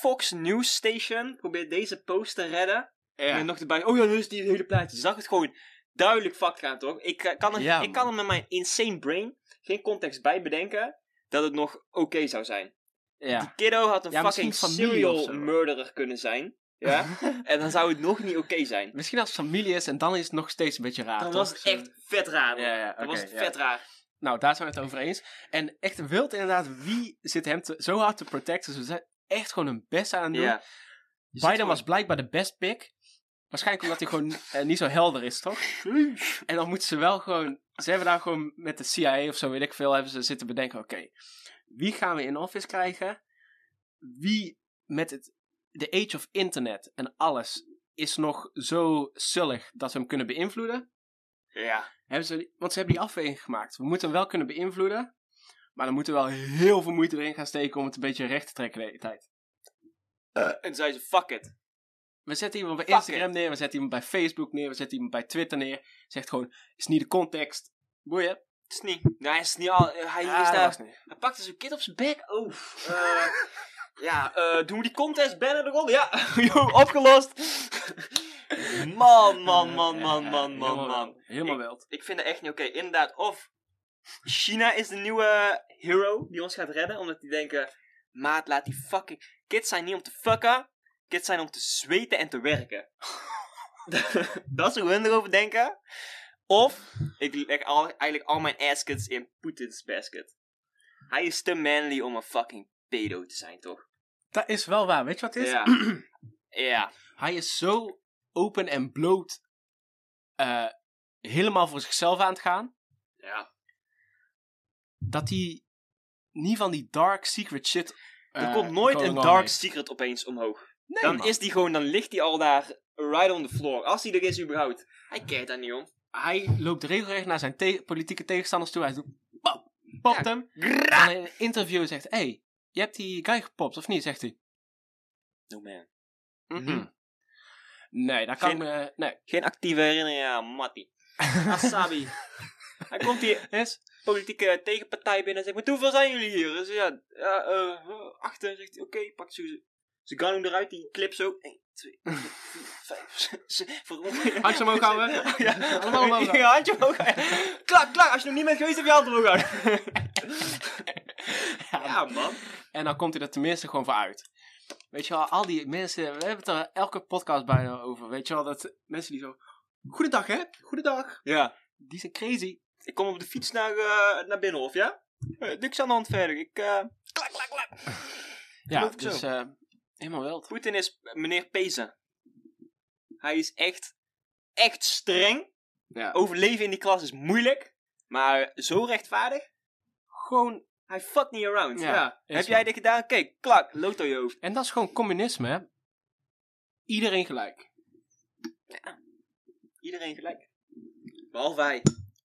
Speaker 1: Fox News Station probeert deze post te redden? En nog erbij. Oh ja, dus die hele plaatje. Je zag het gewoon duidelijk fuck gaan, toch? Ik, eh, kan er,
Speaker 2: Ja,
Speaker 1: ik kan er
Speaker 2: man.
Speaker 1: met mijn insane brain geen context bij bedenken dat het nog oké zou zijn. Die
Speaker 2: ja.
Speaker 1: kiddo had een
Speaker 2: Ja, misschien
Speaker 1: fucking
Speaker 2: familie of
Speaker 1: serial
Speaker 2: zo.
Speaker 1: murderer kunnen zijn. Ja? en dan zou het nog niet oké zijn.
Speaker 2: Misschien als het familie is en dan is het nog steeds een beetje raar.
Speaker 1: Dan
Speaker 2: toch?
Speaker 1: was het
Speaker 2: Zo-
Speaker 1: echt vet raar.
Speaker 2: Ja, ja,
Speaker 1: Dan
Speaker 2: oké,
Speaker 1: was het
Speaker 2: ja.
Speaker 1: vet raar.
Speaker 2: Nou, daar zijn we het over eens. En echt wild inderdaad, wie zit hem te- zo hard te protecten? Ze zijn echt gewoon hun best aan het doen.
Speaker 1: Ja. Je
Speaker 2: Biden
Speaker 1: zit
Speaker 2: was blijkbaar de best pick. Waarschijnlijk omdat hij gewoon eh, niet zo helder is, toch?
Speaker 1: gewoon-
Speaker 2: En dan moeten ze wel gewoon... Ze hebben daar gewoon met de CIA of zo, weet ik veel, hebben ze zitten bedenken... Oké, wie gaan we in office krijgen? Wie met het, de age of internet en alles is nog zo zullig dat we hem kunnen beïnvloeden?
Speaker 1: Ja.
Speaker 2: Hebben ze, want ze hebben die afweging gemaakt. We moeten hem wel kunnen beïnvloeden, maar dan moeten we wel heel veel moeite erin gaan steken om het een beetje recht te trekken de hele tijd.
Speaker 1: En toen zei ze, fuck it.
Speaker 2: We zetten iemand bij
Speaker 1: Fuck
Speaker 2: Instagram neer, we zetten iemand bij Facebook neer, we zetten iemand bij Twitter neer. Zegt gewoon, is niet de context. Boeien.
Speaker 1: Het is niet. Nou, hij is niet al. Hij,
Speaker 2: Ah,
Speaker 1: is
Speaker 2: dat was
Speaker 1: daar,
Speaker 2: niet.
Speaker 1: hij pakte zo'n kid op zijn bek. Oh. eh, ja, eh, doen we die contest? Banner eronder? Ja, Yo, opgelost. man, man, man, man,
Speaker 2: Ja,
Speaker 1: man, man,
Speaker 2: helemaal
Speaker 1: man.
Speaker 2: wild. Helemaal
Speaker 1: Ik-
Speaker 2: wild.
Speaker 1: Ik vind dat echt niet oké. Inderdaad, of China is de nieuwe hero die ons gaat redden. Omdat die denken, maat, laat die fucking... Kids zijn niet om te fucken. Kids zijn om te zweten en te werken. dat is hoe hun erover denken. Of, ik leg al, eigenlijk al mijn askets in Poetin's basket. Hij is te manly om een fucking pedo te zijn, toch?
Speaker 2: Dat is wel waar. Weet je wat het is?
Speaker 1: Ja. Ja.
Speaker 2: Hij is zo open en bloot. eh, helemaal voor zichzelf aan het gaan.
Speaker 1: Ja.
Speaker 2: Dat hij niet van die dark secret shit.
Speaker 1: Er
Speaker 2: eh,
Speaker 1: komt nooit een
Speaker 2: going on
Speaker 1: dark
Speaker 2: heeft.
Speaker 1: secret opeens omhoog.
Speaker 2: Nee,
Speaker 1: dan
Speaker 2: man.
Speaker 1: is die gewoon, dan ligt die al daar, right on the floor. Als hij er is überhaupt. Hij kijkt daar niet om.
Speaker 2: Hij loopt regelrecht naar zijn te- politieke tegenstanders toe. Hij doet. Bam! popt
Speaker 1: Ja.
Speaker 2: hem.
Speaker 1: Gra-
Speaker 2: En in een interview zegt, hé, hey, je hebt die guy gepopt, of niet? Zegt hij.
Speaker 1: No man.
Speaker 2: "Mm-mm." Nee, daar kan
Speaker 1: Geen-
Speaker 2: me... Nee.
Speaker 1: Geen actieve herinnering aan Matty. Asabi. Hij komt hier
Speaker 2: Is?
Speaker 1: politieke tegenpartij binnen en zegt, maar hoeveel zijn jullie hier? Dus ja, ja eh, eh, achter. Zegt hij, oké, pak Suze. Ze gaan hem eruit, die clip zo. 1, 2, 3, 4, 5, 6.
Speaker 2: Handje omhoog houden.
Speaker 1: Ja,
Speaker 2: Allemaal omhoog houden.
Speaker 1: Ja, handje omhoog houden. Klaar, klaar. Als je nog niet bent geweest, heb je hand omhoog houden. Ja, man.
Speaker 2: En dan komt hij er tenminste gewoon voor uit. Weet je wel, al die mensen, we hebben het er elke podcast bijna over. Weet je wel, dat mensen die zo. Goedendag, hè? Goedendag.
Speaker 1: Ja.
Speaker 2: Die zijn crazy.
Speaker 1: Ik kom op de fiets naar, eh naar Binnenhof, ja? Eh, niks aan de hand verder. Ik, eh klak, klak, klak.
Speaker 2: Ja,
Speaker 1: Geloof ik
Speaker 2: dus
Speaker 1: zo.
Speaker 2: eh, helemaal wel.
Speaker 1: Poetin is meneer Peza. Hij is echt, echt streng.
Speaker 2: Ja. Oh,
Speaker 1: Overleven in die klas is moeilijk. Maar zo rechtvaardig.
Speaker 2: Gewoon.
Speaker 1: Hij fuck niet around.
Speaker 2: Ja,
Speaker 1: Ja.
Speaker 2: is
Speaker 1: Heb
Speaker 2: waar.
Speaker 1: jij dit gedaan? Kijk, klak, lood door je hoofd.
Speaker 2: En dat is gewoon communisme, hè? Iedereen gelijk.
Speaker 1: Iedereen gelijk. Behalve hij.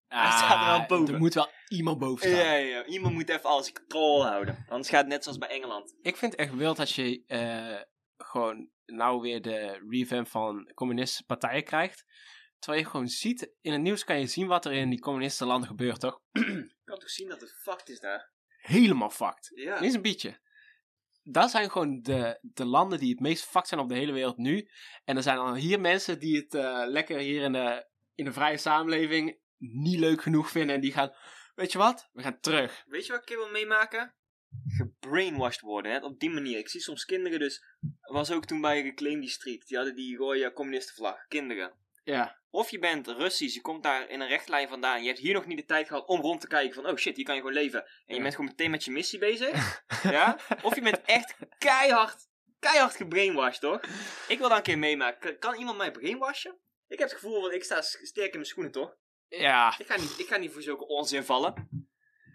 Speaker 2: Ah,
Speaker 1: staat er wel boven.
Speaker 2: Er moet wel iemand boven
Speaker 1: Ja,
Speaker 2: staan.
Speaker 1: ja, ja. Iemand moet even alles in controle houden. Anders gaat het net zoals bij Engeland.
Speaker 2: Ik vind het echt wild als je eh, gewoon nou weer de revamp van communistische partijen krijgt. Terwijl je gewoon ziet, in het nieuws kan je zien wat er in die communistische landen gebeurt, toch?
Speaker 1: Ik kan toch zien dat het fucked is daar?
Speaker 2: Helemaal fucked.
Speaker 1: Ja.
Speaker 2: Niet eens een beetje. Dat zijn gewoon de, de landen die het meest fucked zijn op de hele wereld nu. En er zijn dan hier mensen die het eh, lekker hier in de, in de vrije samenleving niet leuk genoeg vinden. En die gaan, weet je wat? We gaan terug.
Speaker 1: Weet je wat ik hier wil meemaken? Gebrainwashed worden, hè? op die manier. Ik zie soms kinderen dus... was ook toen bij Reclaim die Street. Die hadden die rode communistenvlag. Kinderen.
Speaker 2: Ja.
Speaker 1: Of je bent Russisch, je komt daar in een rechtlijn vandaan. Je hebt hier nog niet de tijd gehad om rond te kijken van... Oh shit, hier kan je gewoon leven. En je
Speaker 2: Ja.
Speaker 1: bent gewoon meteen met je missie bezig. ja? Of je bent echt keihard, keihard gebrainwashed, toch? Ik wil dat een keer meemaken. Kan- Kan iemand mij brainwashen? Ik heb het gevoel, want ik sta s- sterk in mijn schoenen, toch?
Speaker 2: Ja.
Speaker 1: Ik ga niet, ik ga niet voor zulke onzin vallen.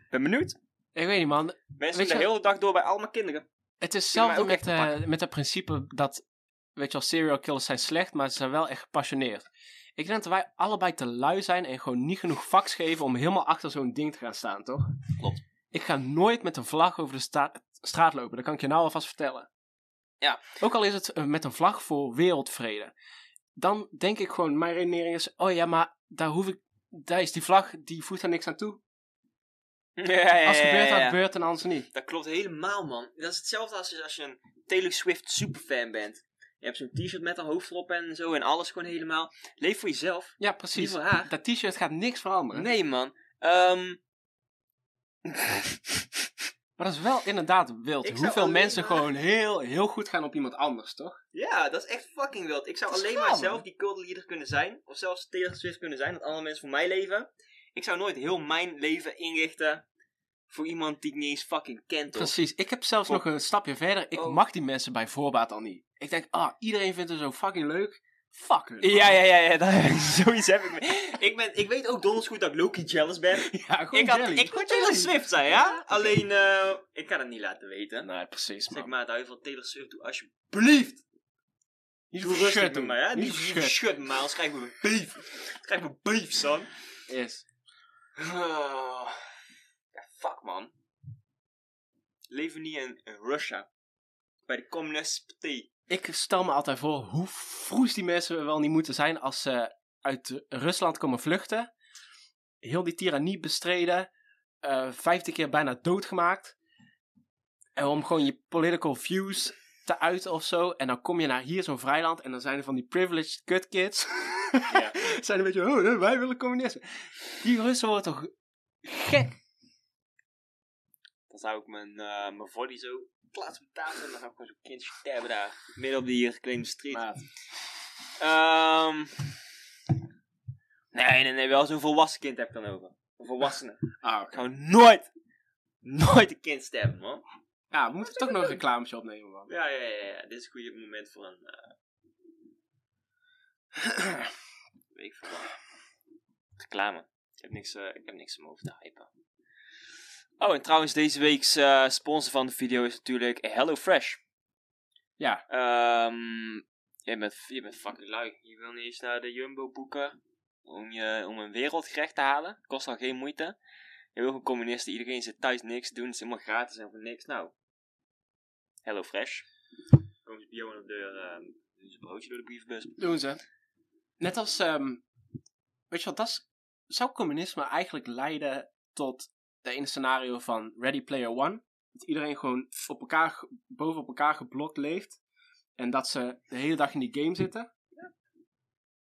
Speaker 1: Ben benieuwd.
Speaker 2: Ik weet niet, man.
Speaker 1: Mensen
Speaker 2: Weet
Speaker 1: doen de
Speaker 2: je-
Speaker 1: hele dag door bij allemaal kinderen.
Speaker 2: Het is
Speaker 1: Kunnen
Speaker 2: hetzelfde
Speaker 1: wij ook
Speaker 2: met,
Speaker 1: echt
Speaker 2: eh, met het principe dat, weet je wel, serial killers zijn slecht, maar ze zijn wel echt gepassioneerd. Ik denk dat wij allebei te lui zijn en gewoon niet genoeg vaks geven om helemaal achter zo'n ding te gaan staan, toch?
Speaker 1: Klopt.
Speaker 2: Ik ga nooit met een vlag over de sta- straat lopen, dat kan ik je nou alvast vertellen.
Speaker 1: Ja.
Speaker 2: Ook al is het eh, met een vlag voor wereldvrede. Dan denk ik gewoon, mijn redenering is, oh ja, maar daar hoef ik, daar is die vlag, die voegt daar niks aan toe.
Speaker 1: Ja, ja, ja,
Speaker 2: Als het gebeurt,
Speaker 1: ja,
Speaker 2: dan
Speaker 1: ja.
Speaker 2: gebeurt en anders niet.
Speaker 1: Dat klopt helemaal, man. Dat is hetzelfde als als je een Taylor Swift superfan bent. Je hebt zo'n t-shirt met haar hoofd erop en zo en alles gewoon helemaal. Leef voor jezelf.
Speaker 2: Ja,
Speaker 1: Niet
Speaker 2: precies.
Speaker 1: voor haar.
Speaker 2: Dat t-shirt gaat niks veranderen.
Speaker 1: Nee, man. Ehm,
Speaker 2: Maar dat is wel inderdaad wild.
Speaker 1: Ik zou
Speaker 2: Hoeveel
Speaker 1: alleen
Speaker 2: mensen
Speaker 1: maar-
Speaker 2: gewoon heel, heel goed gaan op iemand anders, toch?
Speaker 1: ja, dat is echt fucking wild. Ik zou
Speaker 2: Dat is
Speaker 1: alleen
Speaker 2: gaaf,
Speaker 1: maar
Speaker 2: man.
Speaker 1: zelf die cultleader kunnen zijn. Of zelfs Taylor Swift kunnen zijn, dat andere mensen voor mij leven. Ik zou nooit heel mijn leven inrichten voor iemand die ik niet eens fucking ken, toch?
Speaker 2: Precies. Ik heb zelfs
Speaker 1: Kom.
Speaker 2: nog een stapje verder. Ik
Speaker 1: Oh.
Speaker 2: mag die mensen bij voorbaat al niet. Ik denk, ah, iedereen vindt het zo fucking leuk. Fuck hun, man.
Speaker 1: Ja, ja, ja, ja dat, zoiets heb ik. me- Ik, ben, ik weet ook donders goed dat ik Loki jealous ben.
Speaker 2: Ja, gewoon
Speaker 1: Ik, had,
Speaker 2: jelly.
Speaker 1: ik kon Taylor Swift zijn, ja? Alleen, eh, ik kan het niet laten weten.
Speaker 2: Nee, precies,
Speaker 1: Zeg
Speaker 2: man.
Speaker 1: maar, hou je van Taylor Swift toe, alsjeblieft.
Speaker 2: Niet
Speaker 1: Doe rustig
Speaker 2: verschut
Speaker 1: met
Speaker 2: doen.
Speaker 1: mij, hè? Niet
Speaker 2: Niet verschut.
Speaker 1: verschut me, anders krijgen we een beef. Dan krijgen we een beef, son.
Speaker 2: Yes.
Speaker 1: Ah. Ja, fuck, man. Leven we niet in, in Russia. Bij de communistische partij.
Speaker 2: Ik stel me altijd voor hoe vroes die mensen wel niet moeten zijn als ze uit Rusland komen vluchten. Heel die tirannie bestreden. eh vijftig keer bijna doodgemaakt. En om gewoon je political views te uiten of zo. En dan kom je naar hier, zo'n vrijland. En dan zijn er van die privileged cut kids.
Speaker 1: Ja.
Speaker 2: zijn een beetje, oh, nee, wij willen communisme. Die Russen worden toch gek.
Speaker 1: Dan zou ik mijn, eh mijn body zo plaatsen op de tafel. En dan zou ik gewoon zo'n kindje sterven daar. Midden op die hier geclaimde street. Ehm nee, nee, nee, wel zo'n volwassen kind heb ik dan over. Een volwassene.
Speaker 2: Ah,
Speaker 1: Ik zou nooit, nooit een kind sterven, man.
Speaker 2: Ja, we moeten toch nog een reclametje opnemen, man.
Speaker 1: Ja, ja, ja, ja. Dit is een goede moment voor een. eh, Weet ik veel wat. Reclame. Ik heb niks, eh, ik heb niks om over te hypen. Oh, en trouwens, deze week's eh, sponsor van de video is natuurlijk HelloFresh.
Speaker 2: Ja.
Speaker 1: Ehm, je, bent, je bent fucking lui. Je wil niet eens naar de Jumbo boeken om, je, om een wereldgerecht te halen. Kost al geen moeite. heel veel communisten, iedereen zit thuis niks te doen, het is helemaal gratis en voor niks. Nou, Hello Fresh. Komt die jongen op de deur, ehm, doen ze een broodje door de brievenbus.
Speaker 2: Doen ze. Net als, ehm, weet je wat, dat is- zou communisme eigenlijk leiden tot de ene scenario van Ready Player One. Dat iedereen gewoon op elkaar, ge- boven op elkaar geblokt leeft. En dat ze de hele dag in die game zitten.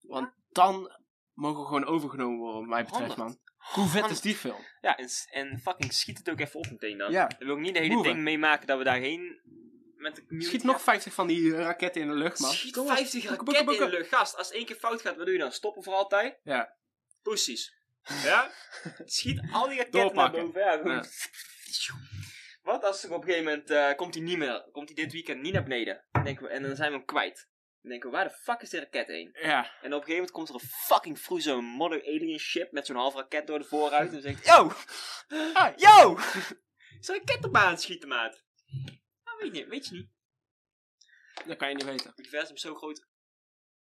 Speaker 2: Want dan mogen we gewoon overgenomen worden, wat mij betreft,
Speaker 1: Honderd.
Speaker 2: man. Hoe vet
Speaker 1: Man.
Speaker 2: is die film?
Speaker 1: Ja, en, s- en fucking schiet het ook even op meteen dan.
Speaker 2: Ja.
Speaker 1: Dan wil ik niet de hele
Speaker 2: Move.
Speaker 1: ding meemaken dat we daarheen met de community...
Speaker 2: Schiet nog 50 van die eh, raketten in de lucht, man.
Speaker 1: Schiet
Speaker 2: Kom op.
Speaker 1: 50
Speaker 2: Boeken,
Speaker 1: raketten
Speaker 2: boeken.
Speaker 1: in de lucht. Gast, als één keer fout gaat, wat doe je dan? Stoppen voor altijd?
Speaker 2: Ja.
Speaker 1: Poesies. Ja? Schiet al die raketten naar
Speaker 2: Doorpakken.
Speaker 1: boven. Ja, gewoon.
Speaker 2: Ja.
Speaker 1: Wat als er op een gegeven moment eh, komt hij niet meer, komt hij dit weekend niet naar beneden? Dan denken we, en dan zijn we hem kwijt. Dan denken we, waar de fuck is die raket heen?
Speaker 2: Ja.
Speaker 1: En op een gegeven moment komt er een fucking vroeze modder alien ship met zo'n half raket door de voorruit en zegt, yo!
Speaker 2: Hoi.
Speaker 1: Yo! Is er een raket op mij aan het schieten, maat? Nou, weet je niet, weet je niet.
Speaker 2: Dat kan je niet weten.
Speaker 1: Het universum is zo groot.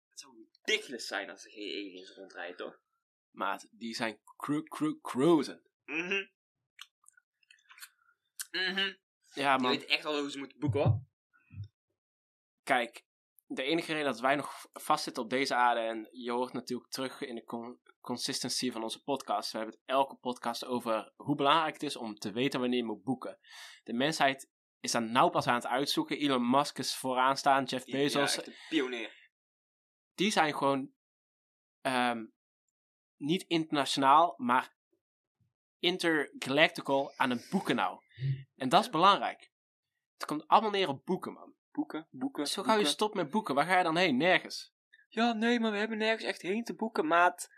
Speaker 1: Het zou ridiculous zijn als er geen aliens rondrijden, toch?
Speaker 2: Maat, die zijn cru cru cruisen.
Speaker 1: Mhm. Mhm.
Speaker 2: Ja,
Speaker 1: Je
Speaker 2: man.
Speaker 1: weet echt wel hoe ze moeten boeken, hoor.
Speaker 2: kijk, de enige reden dat wij nog v- vastzitten op deze aarde, en je hoort natuurlijk terug in de con- consistency van onze podcast, we hebben het elke podcast over hoe belangrijk het is om te weten wanneer je moet boeken. De mensheid is daar nou pas aan het uitzoeken. Elon Musk is vooraan staan, Jeff
Speaker 1: Ja,
Speaker 2: Bezos,
Speaker 1: echt een pionier.
Speaker 2: die zijn gewoon ehm, niet internationaal, maar intergalactical aan het boeken nou. En dat is belangrijk. Het komt allemaal neer op boeken, man.
Speaker 1: Boeken, boeken.
Speaker 2: Zo gauw je stopt met boeken, waar ga je dan heen? Nergens.
Speaker 1: Ja, nee, maar we hebben nergens echt heen te boeken, maat.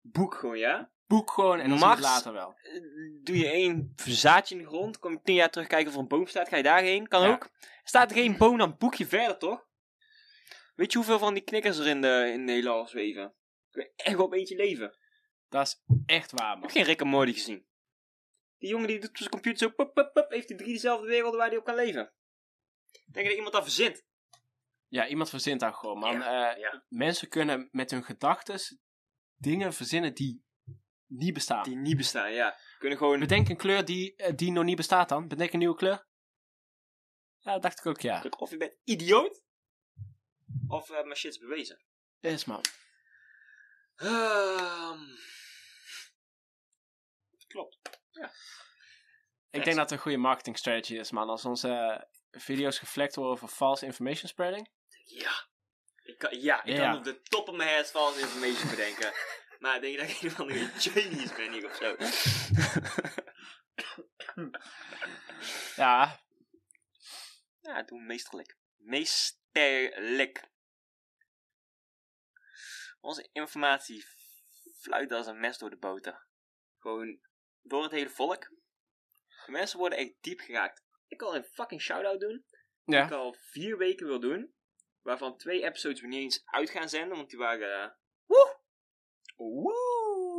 Speaker 1: Boek gewoon, ja?
Speaker 2: boek gewoon en dan
Speaker 1: Mars.
Speaker 2: zie je het later wel.
Speaker 1: Eh, Doe je één zaadje in de grond, kom je tien jaar terugkijken of er een boom staat, ga je daarheen, kan
Speaker 2: Ja.
Speaker 1: ook. Staat er geen boom, dan boek je verder, toch? Weet je hoeveel van die knikkers er in de, in de heelal zweven? Ik wil echt wel op eentje leven.
Speaker 2: Dat is echt waar,
Speaker 1: Ik
Speaker 2: man.
Speaker 1: heb geen Rick en Morty gezien. Die jongen die doet op zijn computer zo, pop, pop, pop, heeft hij drie dezelfde werelden waar hij op kan leven. Ik Denk dat iemand dat verzint?
Speaker 2: Ja, iemand verzint daar gewoon, man. Eh,
Speaker 1: ja.
Speaker 2: mensen kunnen met hun gedachten dingen verzinnen die niet bestaan.
Speaker 1: Die niet bestaan, ja. Kunnen gewoon...
Speaker 2: Bedenk een kleur die, eh, die nog niet bestaat dan. Bedenk een nieuwe kleur. Ja, dat dacht ik ook, ja.
Speaker 1: Of je bent idioot. Of eh mijn shit is bewezen.
Speaker 2: Yes, man.
Speaker 1: Ehm, Klopt.
Speaker 2: Ik
Speaker 1: Yes.
Speaker 2: denk dat het een goede marketing strategy is, man. Als onze eh, video's geflekt worden voor false information spreading.
Speaker 1: Ja. Ik kan, ja, ik
Speaker 2: Ja.
Speaker 1: kan op de top van mijn head false information bedenken. maar ik denk dat ik een of andere genius ben hier of zo.
Speaker 2: Ja,
Speaker 1: Ja, doe meesterlijk. Meesterlijk. Onze informatie fluit als een mes door de boter. Gewoon door het hele volk. De mensen worden echt diep geraakt. Ik kan een fucking shout-out doen.
Speaker 2: ja.
Speaker 1: Ik al vier weken wil doen. Waarvan twee episodes we niet eens uit gaan zenden, want die waren... eh, woe! Woe!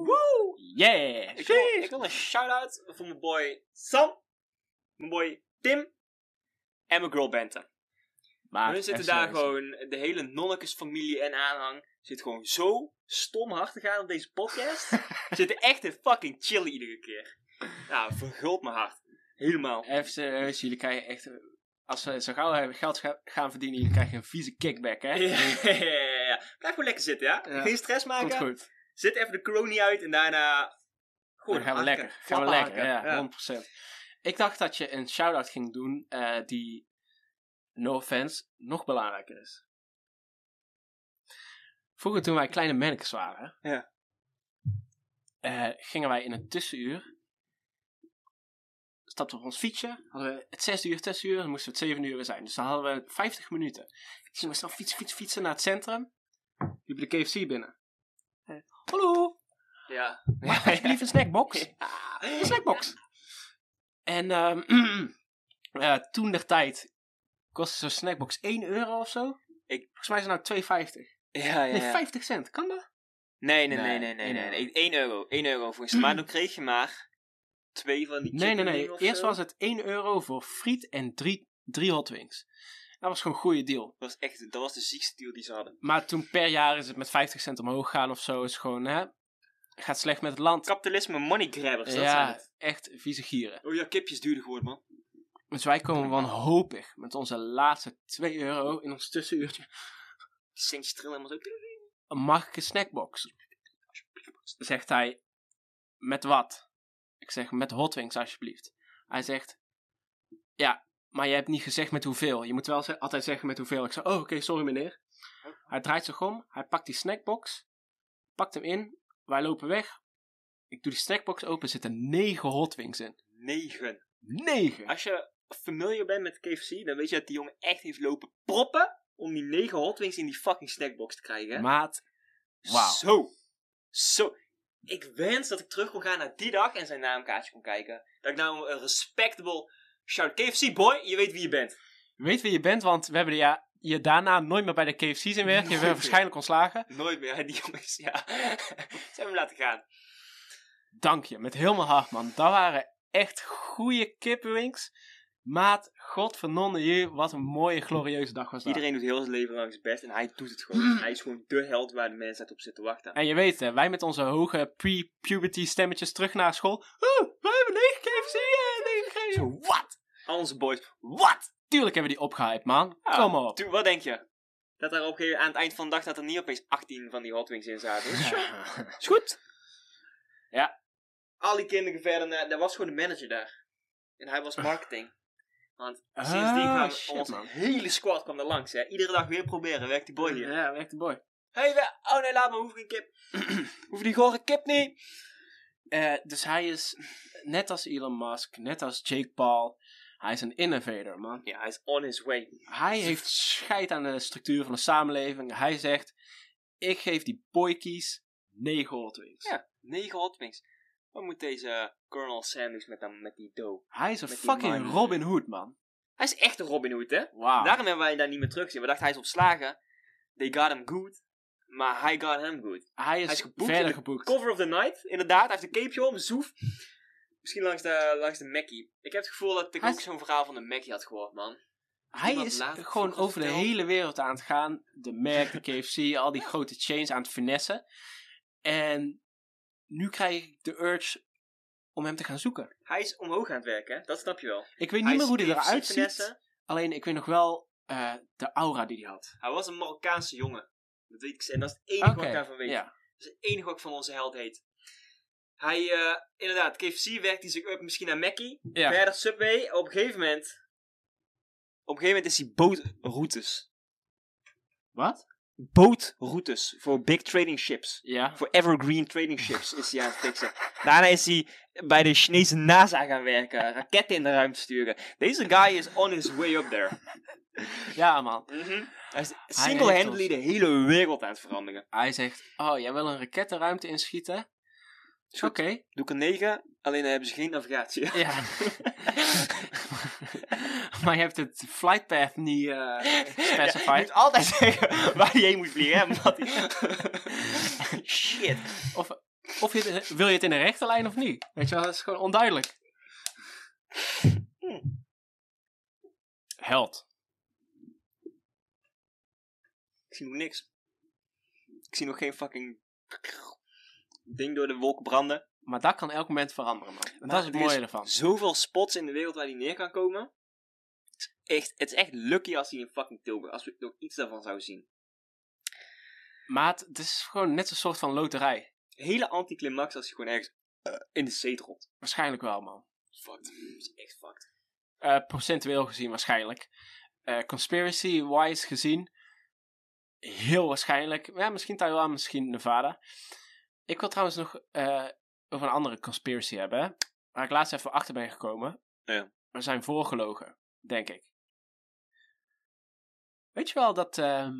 Speaker 1: Woe!
Speaker 2: Yeah!
Speaker 1: Ik wil, ik wil een shout-out voor mijn boy Sam, mijn boy Tim en mijn girl Bente.
Speaker 2: Maar
Speaker 1: Hun zitten
Speaker 2: echt
Speaker 1: daar
Speaker 2: serieus.
Speaker 1: gewoon, de hele nonnekesfamilie en aanhang zit gewoon zo stom hard te gaan op deze podcast. Ze zitten echt in fucking chill iedere keer. Nou, vergult mijn hart. Helemaal.
Speaker 2: Even serieus, jullie krijgen echt... eh, Als we zo gauw hebben geld ga- gaan verdienen, jullie krijgen een vieze kickback, hè?
Speaker 1: Ja, ja, ja, ja. Blijf gewoon lekker zitten, ja?
Speaker 2: Ja.
Speaker 1: Geen stress
Speaker 2: Komt
Speaker 1: maken.
Speaker 2: goed.
Speaker 1: Zit even de corona uit en daarna... Gewoon
Speaker 2: Dan gaan
Speaker 1: harken.
Speaker 2: we lekker. Gaan we
Speaker 1: Flappen
Speaker 2: lekker,
Speaker 1: harken.
Speaker 2: ja, 100%. Ik dacht dat je een shout-out ging doen eh, die, no offense, nog belangrijker is. Vroeger toen wij kleine mannetjes waren,
Speaker 1: Ja.
Speaker 2: eh, gingen wij in het tussenuur, stapten we op ons fietsje, hadden we het zesde uur tussenuur, dan moesten we het zeven uur zijn. Dus dan hadden we 50 minuten. Dus we moesten dan fietsen, fietsen, fietsen naar het centrum, liepen de KFC binnen. Eh, Hallo,
Speaker 1: Ja.
Speaker 2: mag ik alsjeblieft een snackbox? Een snackbox. En ehm toen der tijd kostte zo'n snackbox 1 euro of zo.
Speaker 1: Ik-
Speaker 2: Volgens mij is het nou 2,50.
Speaker 1: Ja, ja,
Speaker 2: Nee,
Speaker 1: ja.
Speaker 2: 50 cent. Kan dat?
Speaker 1: Nee, nee,
Speaker 2: Nee,
Speaker 1: nee, nee, nee, nee. nee.
Speaker 2: één euro.
Speaker 1: 1 euro, 1 euro voor een Maar dan kreeg je maar twee van die
Speaker 2: Nee, nee,
Speaker 1: chicken
Speaker 2: nee.
Speaker 1: dingen of
Speaker 2: Eerst
Speaker 1: zo.
Speaker 2: was het 1 euro voor friet en 3, 3 hot wings. Dat was gewoon een goede deal.
Speaker 1: Dat was echt, dat was de ziekste deal die ze hadden.
Speaker 2: Maar toen per jaar is het met 50 cent omhoog gegaan of zo. Is gewoon, hè. gaat slecht met het land.
Speaker 1: Kapitalisme money grabbers, dat zijn
Speaker 2: ja,
Speaker 1: het.
Speaker 2: echt vieze gieren.
Speaker 1: Oh ja, kipjes duurder geworden, man.
Speaker 2: Dus wij komen wanhopig met onze laatste 2 euro in ons tussenuurtje.
Speaker 1: Sintje trillen helemaal zo.
Speaker 2: Mag ik een snackbox? Zegt hij, met wat? Ik zeg, met Hot Wings alsjeblieft. Hij zegt, ja, maar je hebt niet gezegd met hoeveel. Je moet wel ze- altijd zeggen met hoeveel. Ik zeg, oh oké, sorry meneer. Hij draait zich om, hij pakt die snackbox, pakt hem in, wij lopen weg. Ik doe die snackbox open, er zitten 9 Hot Wings in.
Speaker 1: Negen.
Speaker 2: 9!
Speaker 1: Als je familiar bent met KFC, dan weet je dat die jongen echt heeft lopen proppen om die negen Hot Wings in die fucking snackbox te krijgen. hè?
Speaker 2: Maat, wauw.
Speaker 1: Zo. Zo. Ik wens dat ik terug kon gaan naar die dag en zijn naamkaartje kon kijken. Dat ik nou een respectable shout KFC boy, je weet wie je bent.
Speaker 2: weet wie je bent, want we hebben ja, je daarna nooit meer bij de KFC's in werk.
Speaker 1: Nooit
Speaker 2: Je werd
Speaker 1: meer.
Speaker 2: waarschijnlijk ontslagen.
Speaker 1: Nooit meer, hè, die jongens, ja. Ze hebben hem laten gaan.
Speaker 2: Dank je, met heel mijn hart, man. Dat waren echt goede kippenwings. Maat, godvernonde je, wat een mooie, glorieuze dag was dat.
Speaker 1: Iedereen doet heel zijn leven lang zijn best en hij doet het
Speaker 2: Mm.
Speaker 1: gewoon. hij is gewoon de held waar de mensheid op zit te wachten.
Speaker 2: En je weet, hè, wij met onze hoge pre-puberty stemmetjes terug naar school. Oh, we hebben negen KFC en negen KFC. Zo, Wat?
Speaker 1: Al onze boys,
Speaker 2: Wat? Tuurlijk hebben we die opgehyped, man.
Speaker 1: Ja,
Speaker 2: Kom op.
Speaker 1: Doe, Oh. wat denk je? Dat er op een gegeven moment aan het eind van de dag dat er niet opeens 18 van die Hot Wings in zaten. Is goed. Is goed.
Speaker 2: Ja.
Speaker 1: Al die kinderen verder naar... Daar was gewoon de manager daar. En hij was marketing. Sindsdien
Speaker 2: Ah,
Speaker 1: kwam
Speaker 2: shit,
Speaker 1: onze
Speaker 2: man.
Speaker 1: hele squad kwam er langs. Hè. Iedere dag weer proberen. Werkt die boy hier.
Speaker 2: Ja, echt een boy.
Speaker 1: Hey, we- oh nee, laat maar. Hoef ik een kip. hoef die gore kip niet.
Speaker 2: Eh, dus hij is net als Elon Musk, net als Jake Paul. Hij is een innovator, man.
Speaker 1: Ja, hij is on his way.
Speaker 2: Hij heeft scheid aan de structuur van de samenleving. Hij zegt: Ik geef die boykies 9 Hot Wings.
Speaker 1: Ja. 9 Hot Wings. Wat moet deze Colonel Sanders met, dan, met die dough?
Speaker 2: Hij is een
Speaker 1: Met die
Speaker 2: fucking
Speaker 1: money.
Speaker 2: Robin Hood, man.
Speaker 1: Hij is echt een Robin Hood, hè?
Speaker 2: Wauw.
Speaker 1: Daarom hebben wij hem daar niet meer teruggezien. We dachten hij is ontslagen. They got him good. Maar hij got him good.
Speaker 2: hij is,
Speaker 1: hij is geboekt in
Speaker 2: verder
Speaker 1: de
Speaker 2: geboekt.
Speaker 1: Cover of the night. Inderdaad, hij heeft een capeje om. Zoef. Misschien langs de, langs de Mackie. Ik heb het gevoel dat ik
Speaker 2: Hij
Speaker 1: ook
Speaker 2: is-
Speaker 1: zo'n verhaal van de Mackie had gehoord, man.
Speaker 2: Hij
Speaker 1: Iemand
Speaker 2: is
Speaker 1: later
Speaker 2: gewoon
Speaker 1: vroeger
Speaker 2: over de
Speaker 1: verteld.
Speaker 2: hele wereld aan het gaan. De Mac, de KFC, al die grote chains aan het finessen. En nu krijg ik de urge om hem te gaan zoeken.
Speaker 1: Hij is omhoog aan het werken, hè? dat snap je wel.
Speaker 2: Ik
Speaker 1: hij
Speaker 2: weet niet meer
Speaker 1: is
Speaker 2: hoe hij
Speaker 1: KFC
Speaker 2: eruit ziet.
Speaker 1: finesse.
Speaker 2: Alleen ik weet nog wel eh, de aura die hij had.
Speaker 1: Hij was een Marokkaanse jongen. Dat weet ik. z- En dat is het enige wat ik daarvan weet.
Speaker 2: ja.
Speaker 1: Dat is het enige wat ik van onze held heet. Hij, eh, inderdaad, KFC werkt hij zich up misschien naar Mackie.
Speaker 2: ja.
Speaker 1: Verder Subway, op een gegeven moment. Op een gegeven moment is hij bootroutes.
Speaker 2: Wat?
Speaker 1: Bootroutes voor big trading ships.
Speaker 2: Ja.
Speaker 1: Voor evergreen trading ships is hij aan het fixen. Daarna is hij bij de Chinese NASA gaan werken, raketten in de ruimte sturen. Deze guy is on his way up there.
Speaker 2: Ja, man.
Speaker 1: Hij is
Speaker 2: Hij
Speaker 1: single-handedly
Speaker 2: heeft
Speaker 1: de hele wereld aan het veranderen.
Speaker 2: Hij zegt, oh, jij wil een rakettenruimte inschieten?
Speaker 1: Is
Speaker 2: Oké.
Speaker 1: goed. Doe ik een 9, alleen dan hebben ze geen navigatie.
Speaker 2: Ja. maar je hebt het flight path niet eh
Speaker 1: Ja, je
Speaker 2: specified.
Speaker 1: moet altijd zeggen waar je heen moet vliegen, hè? omdat hij- Shit.
Speaker 2: Of, of je, wil je het in een rechte lijn of niet? Weet je wel, dat is gewoon onduidelijk.
Speaker 1: Hmm.
Speaker 2: Held.
Speaker 1: Ik zie nog niks. Ik zie nog geen fucking ding door de wolken branden.
Speaker 2: Maar dat kan elk moment veranderen, man. En
Speaker 1: Maar
Speaker 2: dat is het
Speaker 1: er
Speaker 2: mooie ervan.
Speaker 1: Zoveel spots in de wereld waar die neer kan komen. Het is echt, het is echt lucky als hij in fucking Tilburg, als we nog iets daarvan zouden zien.
Speaker 2: Maat, het is gewoon net zo'n soort van loterij.
Speaker 1: Hele anticlimax als hij gewoon ergens eh, in de zee rolt.
Speaker 2: Waarschijnlijk wel, man.
Speaker 1: Fucked. is echt fucked.
Speaker 2: Eh, procentueel gezien waarschijnlijk. Eh, Conspiracy-wise gezien, heel waarschijnlijk. Ja, misschien Taiwan, misschien Nevada. Ik wil trouwens nog eh, over een andere conspiracy hebben. hè, Waar ik laatst even achter ben gekomen.
Speaker 1: Ja.
Speaker 2: We zijn voorgelogen, denk ik. Weet je wel dat ehm,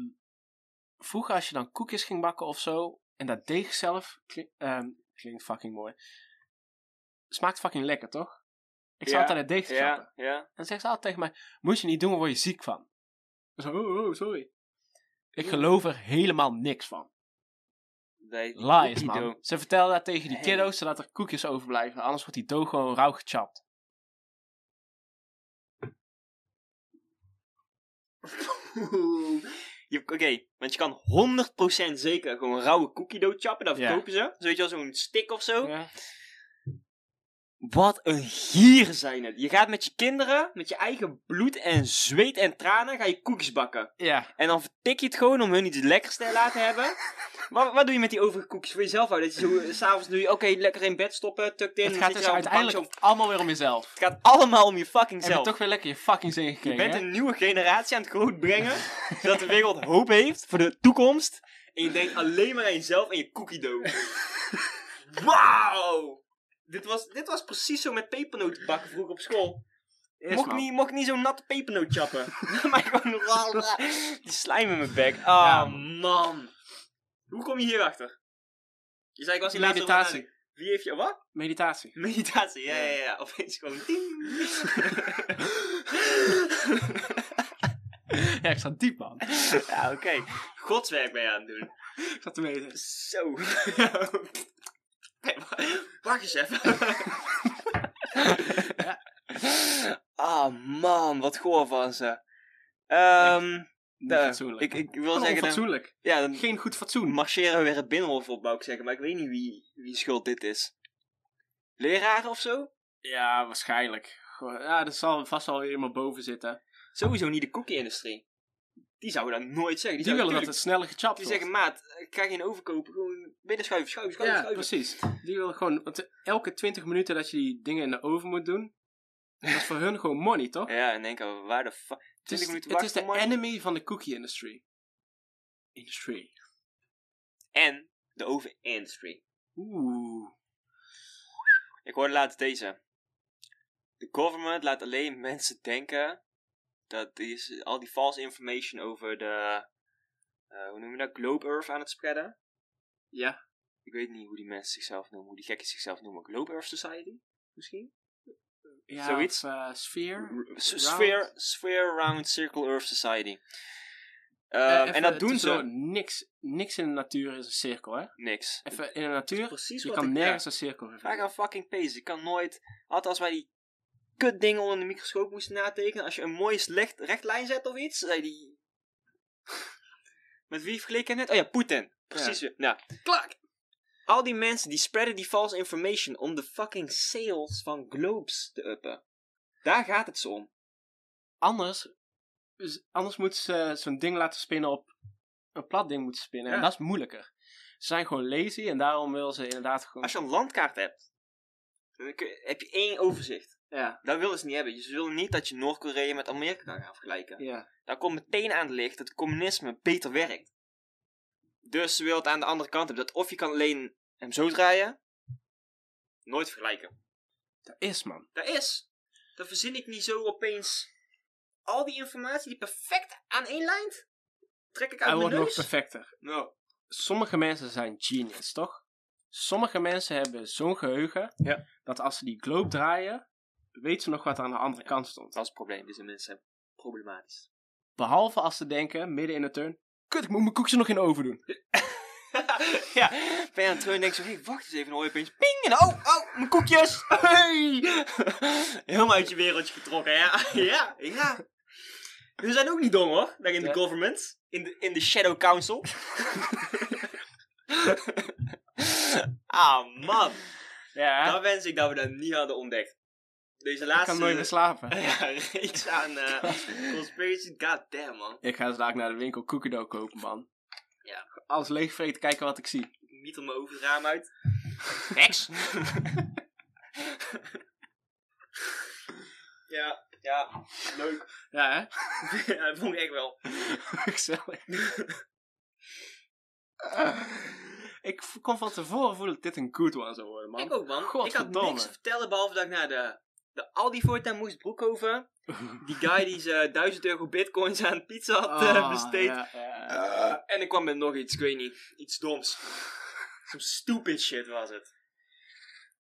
Speaker 2: vroeger als je dan koekjes ging bakken of zo. En dat deeg zelf kli- ehm, klinkt fucking mooi. Smaakt fucking lekker, toch? Ik
Speaker 1: Ja,
Speaker 2: zat aan het deeg te zappen.
Speaker 1: Ja, ja.
Speaker 2: En dan zegt ze altijd tegen mij: Moet je niet doen, word je ziek van. Ik zeg, oh, oh, sorry. Ik geloof er helemaal niks van.
Speaker 1: Bij die
Speaker 2: Lies,
Speaker 1: cookie
Speaker 2: man.
Speaker 1: dough.
Speaker 2: Ze vertellen dat tegen die
Speaker 1: Hey.
Speaker 2: kiddo's, zodat er koekjes overblijven. Anders wordt die dough gewoon rauw gechapt.
Speaker 1: je- Oké, want je kan 100% zeker gewoon rauwe cookie dough chappen. Dat
Speaker 2: Ja.
Speaker 1: verkopen ze. Zo weet je wel, zo'n stick of zo.
Speaker 2: Ja.
Speaker 1: Wat een gier zijn het. Je gaat met je kinderen, met je eigen bloed en zweet en tranen, ga je koekjes bakken.
Speaker 2: ja.
Speaker 1: En dan vertik je het gewoon om hun iets lekkers te laten hebben. Wat, wat doe je met die overige koekjes voor jezelf houden? Dat je zo, eh, s'avonds doe je, oké, lekker in bed stoppen, tukt in.
Speaker 2: Het
Speaker 1: dan
Speaker 2: gaat
Speaker 1: zit
Speaker 2: dus
Speaker 1: je op de bank zo-
Speaker 2: uiteindelijk allemaal weer om jezelf.
Speaker 1: Het gaat allemaal om je fucking
Speaker 2: En je
Speaker 1: zelf.
Speaker 2: toch weer lekker je fucking zin
Speaker 1: Je
Speaker 2: gekregen.
Speaker 1: bent
Speaker 2: hè?
Speaker 1: een nieuwe generatie aan het grootbrengen, zodat de wereld hoop heeft voor de toekomst. En je denkt alleen maar aan jezelf en je cookie dough. Wauw! Dit was, dit was precies zo met pepernoten bakken vroeger op school.
Speaker 2: Eerst
Speaker 1: Mocht ik
Speaker 2: maar.
Speaker 1: niet, mocht ik niet zo'n natte pepernoot chappen. maar gewoon... Die slijm in mijn bek. Ah,
Speaker 2: Ja,
Speaker 1: man. Hoe kom je hierachter? Je zei, ik was hier laatst over aan het
Speaker 2: Meditatie.
Speaker 1: nadenken. Wie heeft je... Wat?
Speaker 2: Meditatie.
Speaker 1: Meditatie, ja, ja, ja. Opeens gewoon... ting.
Speaker 2: Ja, ik zat diep man.
Speaker 1: Ja, oké. Godswerk ben je aan het doen.
Speaker 2: Ik zat te weten.
Speaker 1: Zo. Hey, wa- wacht eens even. Ah, man. Wat goor van ze. Ehm
Speaker 2: Niet
Speaker 1: nou,
Speaker 2: fatsoenlijk.
Speaker 1: ik, ik wil
Speaker 2: Gewoon
Speaker 1: zeggen... Dan,
Speaker 2: fatsoenlijk.
Speaker 1: ja, dan
Speaker 2: Geen goed fatsoen.
Speaker 1: marcheren we weer het binnenhof op, wou ik zeggen. Maar ik weet niet wie, wie schuld dit is. Leraar of zo?
Speaker 2: Ja, waarschijnlijk. Gewoon- Ja, dat zal vast wel weer iemand boven zitten.
Speaker 1: Sowieso niet de cookie-industrie. Die zouden dat nooit zeggen.
Speaker 2: Die,
Speaker 1: Die, zouden
Speaker 2: willen dat
Speaker 1: natuurlijk-
Speaker 2: het sneller gechapt
Speaker 1: Die
Speaker 2: wordt.
Speaker 1: zeggen, maat, eh, ik ga geen overkopen. Gewoon binnen schuiven, schuiven, schuiven,
Speaker 2: ja,
Speaker 1: schuiven.
Speaker 2: precies. Die willen gewoon... Want elke 20 minuten dat je die dingen in de oven moet doen... Dat is voor hun gewoon money, toch?
Speaker 1: Ja, en denk aan waar de fuck.
Speaker 2: Het is,
Speaker 1: 20 Eh, minuten
Speaker 2: het is
Speaker 1: wachten
Speaker 2: de
Speaker 1: om-
Speaker 2: enemy van de cookie industry. Industry.
Speaker 1: En de oven industry.
Speaker 2: Oeh.
Speaker 1: Ik hoorde laatst deze. De government laat alleen mensen denken dat die is, al die false information over de, eh, hoe noem je dat, globe earth aan het spreiden.
Speaker 2: Ja.
Speaker 1: Ik weet niet hoe die mensen zichzelf noemen, hoe die gekken zichzelf noemen. Globe earth society, misschien?
Speaker 2: ja
Speaker 1: Zoiets?
Speaker 2: Of, eh, sphere.
Speaker 1: R- s- Sphere, sphere round circle earth society. Ehm,
Speaker 2: Eh,
Speaker 1: en
Speaker 2: even
Speaker 1: dat doen
Speaker 2: tussendoor,
Speaker 1: ze
Speaker 2: Niks, niks in de natuur is een cirkel, hè?
Speaker 1: niks.
Speaker 2: Even in de natuur,
Speaker 1: Precies
Speaker 2: je
Speaker 1: wat
Speaker 2: kan
Speaker 1: ik- ja.
Speaker 2: nergens een cirkel in
Speaker 1: Vraag
Speaker 2: vinden.
Speaker 1: aan fucking Pees. Ik kan nooit. Altijd als wij die kut dingen onder de microscoop moesten natekenen. Als je een mooie slecht, rechtlijn zet of iets. Zei die. Met wie vergeleek ik net? Oh ja, Poetin. Precies. weer. Nou,
Speaker 2: Klak!
Speaker 1: al die mensen die spreiden die false information om de fucking sales van globes te uppen. Daar gaat het ze om.
Speaker 2: Anders, dus anders moeten ze zo'n ding laten spinnen op een plat ding moeten spinnen. En
Speaker 1: Ja.
Speaker 2: dat is moeilijker. Ze zijn gewoon lazy en daarom willen ze inderdaad gewoon...
Speaker 1: Als je een landkaart hebt, dan kun je- heb je één overzicht.
Speaker 2: Ja,
Speaker 1: Dat willen ze niet hebben. Ze willen niet dat je Noord-Korea met Amerika kan gaan vergelijken.
Speaker 2: ja.
Speaker 1: dan komt meteen aan het licht dat het communisme beter werkt. Dus ze wil het aan de andere kant hebben. Dat of je kan alleen hem zo draaien, nooit vergelijken.
Speaker 2: Dat is, man.
Speaker 1: Dat is. Dan verzin ik niet zo opeens al die informatie die perfect aan één lijnt. Trek ik
Speaker 2: Hij
Speaker 1: uit
Speaker 2: wordt
Speaker 1: mijn
Speaker 2: nog
Speaker 1: neus.
Speaker 2: perfecter.
Speaker 1: Nou,
Speaker 2: sommige mensen zijn genius, toch? Sommige mensen hebben zo'n geheugen
Speaker 1: Ja.
Speaker 2: dat als ze die globe draaien, weten ze nog wat er aan de andere kant stond.
Speaker 1: dat is het probleem. Deze mensen zijn problematisch.
Speaker 2: Behalve als ze denken, midden in de turn, kut, ik moet mijn koekje nog in de oven doen.
Speaker 1: ja, ben je aan het terug en denk je zo, hey, wacht eens even, dan hoor je opeens ping en oh, oh, mijn koekjes, hey. Helemaal uit je wereldje getrokken, ja. ja, ja. We zijn ook niet dom hoor, daar in de
Speaker 2: Ja.
Speaker 1: government, in de, in de shadow council. ah man,
Speaker 2: Ja,
Speaker 1: dan wens ik dat we dat niet hadden ontdekt. Deze
Speaker 2: ik
Speaker 1: laatste...
Speaker 2: kan nooit meer slapen.
Speaker 1: ja, reeks aan eh, conspiracy, goddamn man.
Speaker 2: Ik ga dadelijk naar de winkel koekendook kopen, man.
Speaker 1: Ja.
Speaker 2: Alles leegvreten, kijken wat ik zie.
Speaker 1: Niet om mijn over het raam uit. Heks! ja, ja, leuk.
Speaker 2: Ja, hè?
Speaker 1: ja, dat vond ik echt wel.
Speaker 2: Gezellig. ik v- kon van tevoren voelen dat dit een good one zou worden,
Speaker 1: Ik
Speaker 2: man.
Speaker 1: ook, man. Ik had
Speaker 2: Godverdomme.
Speaker 1: niks te vertellen behalve dat ik naar de, de Aldi voortaan moest broekhoven. Die guy die zijn 1000 euro bitcoins aan pizza had eh,
Speaker 2: Ah,
Speaker 1: besteed.
Speaker 2: ja, ja.
Speaker 1: Eh, en ik kwam met nog iets, ik weet niet. Iets doms. Zo'n stupid shit was het.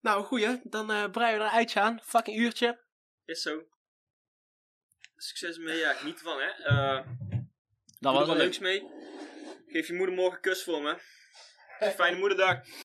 Speaker 2: Nou, goeie. Dan eh breien we er een uitje aan. Fucking uurtje.
Speaker 1: Is zo. Succes mee, ja, geniet ervan, hè. Eh,
Speaker 2: Dan Nou,
Speaker 1: Doe er wat leuks mee. Geef je moeder morgen een kus voor me. Fijne moederdag.